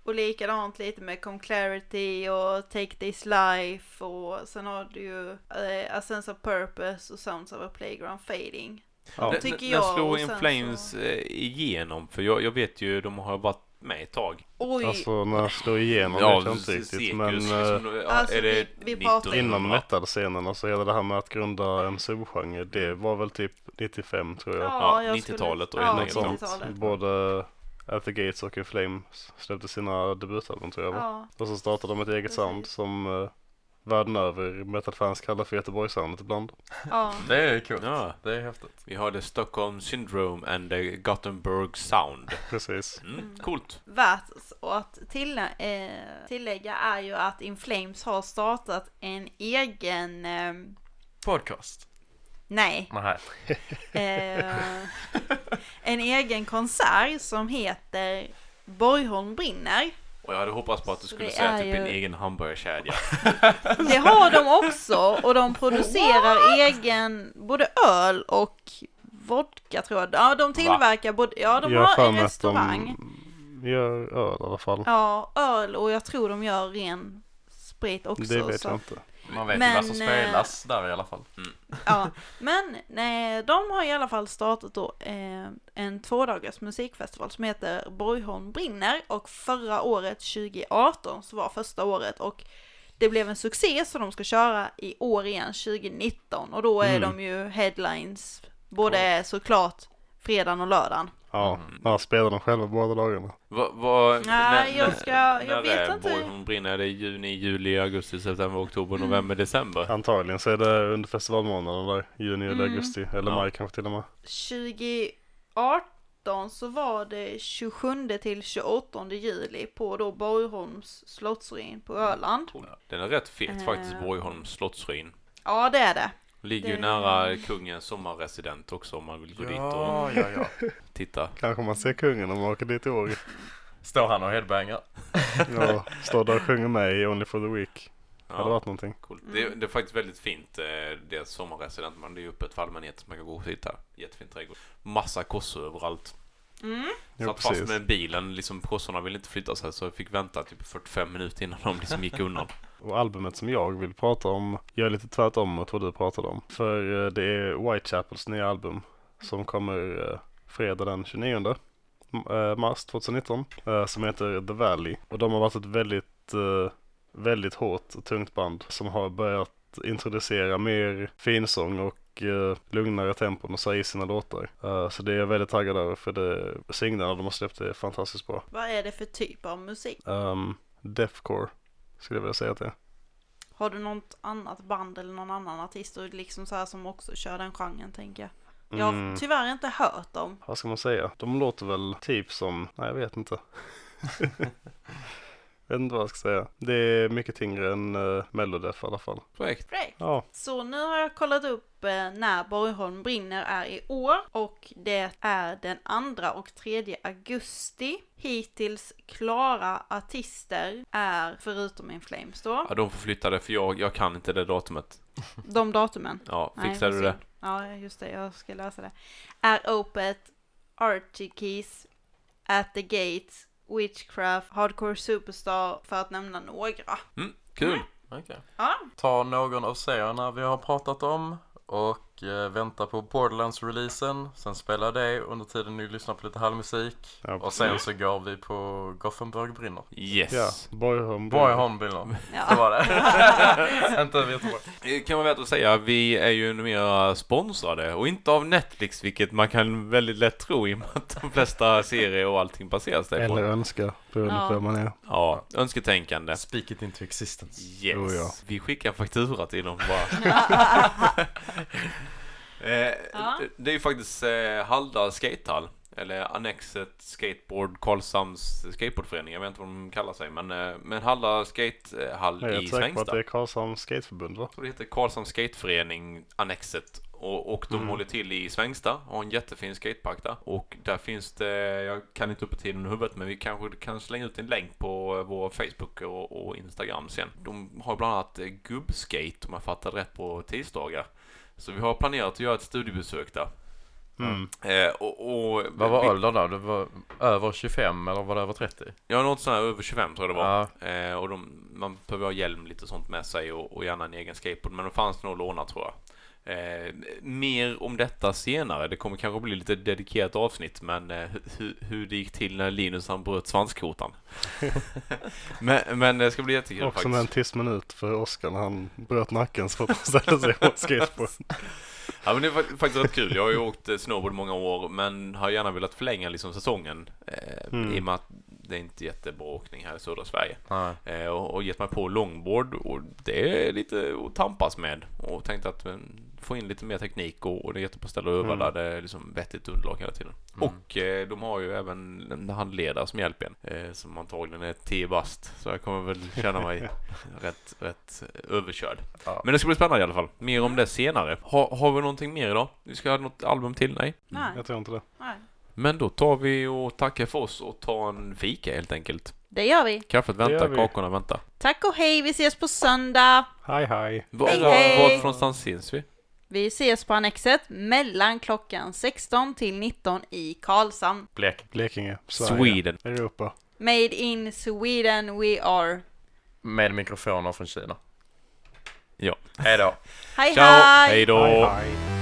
Speaker 2: Och likadant lite med Come Clarity och Take This Life och sen har du ju eh, A Sense of Purpose och Sounds of a Playground Fading.
Speaker 4: Ja.
Speaker 1: N-
Speaker 2: tycker
Speaker 1: n-
Speaker 2: jag,
Speaker 1: När slår
Speaker 2: och
Speaker 1: In
Speaker 2: sen
Speaker 1: Flames
Speaker 2: så-
Speaker 1: eh, igenom? För jag, jag vet ju, de har varit med ett tag.
Speaker 2: Oj,
Speaker 4: Alltså när jag slår igenom vet jag inte
Speaker 1: se-
Speaker 4: riktigt.
Speaker 1: Sekus,
Speaker 4: Men eh,
Speaker 1: liksom, ja,
Speaker 2: Alltså,
Speaker 1: är det
Speaker 2: vi- vi pratar-
Speaker 1: 1900?
Speaker 4: inom metal-scenen, alltså hela det här med att grunda en subgenre, det var väl typ 95 tror jag.
Speaker 1: ja,
Speaker 2: jag
Speaker 1: 90-talet
Speaker 2: skulle-
Speaker 1: och
Speaker 2: ja,
Speaker 4: Något
Speaker 1: helt enkelt.
Speaker 2: 90-talet.
Speaker 4: sånt. Både At the Gates och In Flames släppte sina debutalbum tror jag. va?
Speaker 2: Ja,
Speaker 4: Och så startade de ett eget
Speaker 2: Precis.
Speaker 4: sound som uh, världen över metalfans kallar för Göteborgssoundet ibland.
Speaker 2: ja.
Speaker 3: Det är kul.
Speaker 1: Ja,
Speaker 3: Det är häftigt.
Speaker 1: vi har The Stockholm Syndrome and the Gothenburg Sound.
Speaker 4: Precis.
Speaker 1: Mm, coolt.
Speaker 2: Värt att till, eh, tillägga är ju att In Flames har startat en egen, eh,
Speaker 3: Podcast.
Speaker 2: nej,
Speaker 3: Nej.
Speaker 2: eh,
Speaker 1: *laughs*
Speaker 2: en egen konsert som heter Borgholm brinner.
Speaker 1: Och jag hade hoppats på att du
Speaker 2: Så
Speaker 1: skulle
Speaker 2: det
Speaker 1: säga
Speaker 2: är
Speaker 1: typ
Speaker 2: ju-
Speaker 1: en egen hamburgerkedja.
Speaker 2: Det har de också och de producerar egen både öl och vodka tror jag. Ja, de tillverkar både, ja de
Speaker 4: Jag har
Speaker 2: har
Speaker 4: för
Speaker 2: en
Speaker 4: mig att de
Speaker 2: restaurang.
Speaker 4: Gör öl i alla fall.
Speaker 2: Ja, öl och jag tror de gör ren sprit också.
Speaker 4: det vet
Speaker 2: så
Speaker 4: jag
Speaker 2: att-
Speaker 4: inte.
Speaker 3: Man vet
Speaker 2: Men,
Speaker 3: ju vad som
Speaker 2: eh,
Speaker 3: spelas där i alla fall.
Speaker 2: Ja, men nej, de har i alla fall startat då eh, en tvådagars musikfestival som heter Borgholm brinner och förra året 2018 så var första året och det blev en succé så de ska köra i år igen 2019 och då är de ju headlines både såklart fredagen och lördagen.
Speaker 4: Ja,
Speaker 1: Mm.
Speaker 4: ja spelar de själva båda dagarna.
Speaker 1: Va, va,
Speaker 2: Nej, jag ska- jag
Speaker 1: när
Speaker 2: vet
Speaker 1: är
Speaker 2: inte.
Speaker 1: Borgholm brinner? Är det juni, juli, augusti, september, oktober,
Speaker 2: Mm.
Speaker 1: november, december?
Speaker 4: Antagligen så är det under festivalmånaderna där, juni
Speaker 2: Mm.
Speaker 4: eller augusti, eller
Speaker 1: Ja.
Speaker 4: maj kanske till och med.
Speaker 2: 2018 så var det 27 till 28 juli på då Borgholms slottsruin på Öland.
Speaker 1: Den är rätt fet faktiskt,
Speaker 2: Eh.
Speaker 1: Borgholms slottsruin.
Speaker 2: Ja, det är det.
Speaker 1: Ligger ju
Speaker 2: Det-
Speaker 1: nära kungens sommarresident också om man vill gå dit och
Speaker 3: Ja, ja, ja.
Speaker 1: titta.
Speaker 4: Kanske man ser kungen om man åker dit i år.
Speaker 3: *laughs*
Speaker 1: *laughs*
Speaker 3: Står han och headbangar?
Speaker 4: Ja, står där och sjunger med i Only for the Week. Hade
Speaker 1: Ja,
Speaker 4: varit någonting.
Speaker 1: coolt.
Speaker 2: Mm.
Speaker 1: Det, det är faktiskt väldigt fint, eh, det sommarresident. Man det är ju öppet för allmänheten så man kan gå och titta. Jättefin trädgård. Massa kossor överallt.
Speaker 4: Ja,
Speaker 1: Satt
Speaker 4: precis.
Speaker 1: fast med bilen, liksom kossorna ville inte flytta sig så jag fick vänta typ 45 minuter innan de liksom gick
Speaker 4: *laughs*
Speaker 1: undan.
Speaker 4: Och albumet som jag vill prata om gör lite tvärtom mot vad du pratade om. För eh, det är Whitechapels nya album som kommer eh, fredag den 29 m- eh, mars 2019 eh, som heter The Valley. Och de har varit ett väldigt, eh, väldigt hårt och tungt band som har börjat introducera mer finsång och eh, lugnare tempon och så här i sina låtar. Eh, Så det är jag väldigt taggad över för det, singlarna de har släppt är fantastiskt bra.
Speaker 2: Vad är det för typ av musik?
Speaker 4: Um, Deathcore skulle jag vilja säga att det är.
Speaker 2: Har du något annat band eller någon annan artist och liksom så här som också kör den genren tänker jag? Jag
Speaker 4: Mm.
Speaker 2: har tyvärr inte hört dem.
Speaker 4: vad ska man säga? De låter väl typ som, nej jag vet *laughs* inte. vet inte vad jag ska säga. Det är mycket tyngre än uh, Melodef i alla fall.
Speaker 1: Korrekt.
Speaker 2: Right.
Speaker 4: Ja,
Speaker 2: Så nu har jag kollat upp eh, när Borgholm brinner är i år och det är den 2 och 3 augusti. Hittills klara artister är förutom In Flames då,
Speaker 1: Ja, de får flytta det för jag, jag kan inte det datumet.
Speaker 2: de datumen.
Speaker 1: Ja,
Speaker 2: Nej,
Speaker 1: fixar du
Speaker 2: får
Speaker 1: det?
Speaker 2: se. Ja, just det. Jag ska lösa det. Är Opet, Archie Keys, At the Gates, Witchcraft, Hardcore Superstar för att nämna några.
Speaker 1: Mm, kul!
Speaker 3: Okej.
Speaker 2: Ja,
Speaker 3: Ta någon av serierna vi har pratat om och eh, vänta på Borderlands-releasen. Sen spela det under tiden ni lyssnar på lite halvmusik.
Speaker 4: Ja,
Speaker 3: och sen så går vi på Gothenburg brinner.
Speaker 1: Yes!
Speaker 4: ja. Borgholm.
Speaker 2: *laughs*
Speaker 3: Borgholm brinner. Det
Speaker 2: ja.
Speaker 3: var det. Inte Göteborg.
Speaker 1: Det Eh, kan vara värt att säga, vi är ju numera sponsrade och inte av Netflix vilket man kan väldigt lätt tro i och med att de flesta serier och allting baseras
Speaker 4: Eller
Speaker 1: därifrån.
Speaker 4: önska, beroende
Speaker 2: Ja.
Speaker 4: på vem man är.
Speaker 1: Ja, önsketänkande.
Speaker 3: Speak it into existence.
Speaker 1: Yes.
Speaker 4: Oh, ja.
Speaker 1: Vi skickar faktura till dem bara. *laughs* Eh,
Speaker 2: Ja.
Speaker 1: Det är ju faktiskt eh, Halda eh, skatehall. Eller Annexet Skateboard Karlshamns skateboardförening. Jag vet inte vad de kallar sig. Men, eh, men Halla
Speaker 4: Jag
Speaker 1: skatehall
Speaker 4: är
Speaker 1: i
Speaker 4: säker på att det
Speaker 1: Svängsta.
Speaker 4: är Karlshamns Skateförbund va?
Speaker 1: Så det heter Karlshamns skateförening Annexet. Och, och de
Speaker 4: Mm.
Speaker 1: håller till i Svängsta. Har en jättefin skatepark där. Och där finns det, jag kan inte upp på tiden i huvudet. Men vi kanske kan slänga ut en länk på eh, vår Facebook och, och Instagram sen. De har bland annat eh, gubbskate om jag fattar rätt på tisdagar. Så vi har planerat att göra ett studiebesök där.
Speaker 4: Mm.
Speaker 1: Eh, och, och,
Speaker 3: Vad
Speaker 1: vi-
Speaker 3: var åldern då? Det var över 25 eller var det över 30?
Speaker 1: Ja, något sånt här över 25 tror jag det var.
Speaker 3: Ja.
Speaker 1: Eh, och de, man behöver ha hjälm lite sånt med sig och, och gärna en egen skateboard. Men de fanns nog att låna tror jag. Eh, mer om detta senare. Det kommer kanske bli lite dedikerat avsnitt. Men eh, hu, hur det gick till när Linus han bröt svanskotan.
Speaker 4: *laughs*
Speaker 1: men, men det ska bli jättekul
Speaker 4: Också med en
Speaker 1: faktiskt.
Speaker 4: tyst minut för Oskar när han bröt nacken så att han ställde sig på skateboard.
Speaker 1: Ja, men det är fak- faktiskt rätt kul. Jag har ju åkt eh, snowboard många år. Men har gärna velat förlänga liksom säsongen. Eh,
Speaker 4: Mm.
Speaker 1: I och med att det är inte jättebra åkning här i södra Sverige.
Speaker 3: Nej.
Speaker 1: Eh, och, och gett mig på longboard och det är lite att tampas med och tänkte att men, få in lite mer teknik och, och det är jättebra ställe att öva
Speaker 4: Mm.
Speaker 1: där det är liksom vettigt underlag hela tiden.
Speaker 3: Mm.
Speaker 1: Och eh, de har ju även en handledare som hjälper en eh, som antagligen är 10 bast så jag kommer väl känna mig rätt, rätt överkörd.
Speaker 3: Ja.
Speaker 1: Men det ska bli spännande i alla fall. Mer om det senare. Ha, har vi någonting mer idag? Vi ska ha något album till? Nej.
Speaker 2: Nej,
Speaker 4: Jag tror inte det.
Speaker 2: nej.
Speaker 1: Men då tar vi och tackar för oss och tar en fika helt enkelt.
Speaker 2: Det gör vi.
Speaker 1: Kaffet
Speaker 4: gör
Speaker 1: väntar,
Speaker 4: vi.
Speaker 1: kakorna väntar.
Speaker 2: Tack och hej, vi ses på söndag.
Speaker 4: Hej hej.
Speaker 1: Var,
Speaker 2: Hej,
Speaker 1: var,
Speaker 2: hej!
Speaker 1: var någonstans syns vi?
Speaker 2: Vi ses på Annexet mellan klockan 16 till 19 i Karlshamn.
Speaker 3: Blek.
Speaker 4: Blekinge. Sverige.
Speaker 1: Sweden.
Speaker 4: Europa.
Speaker 2: Made in Sweden we are.
Speaker 3: Med mikrofoner från Kina.
Speaker 1: Ja.
Speaker 3: Hej då.
Speaker 2: Hej
Speaker 1: Ciao!
Speaker 2: hej!
Speaker 1: Hej då!
Speaker 4: Hej hej.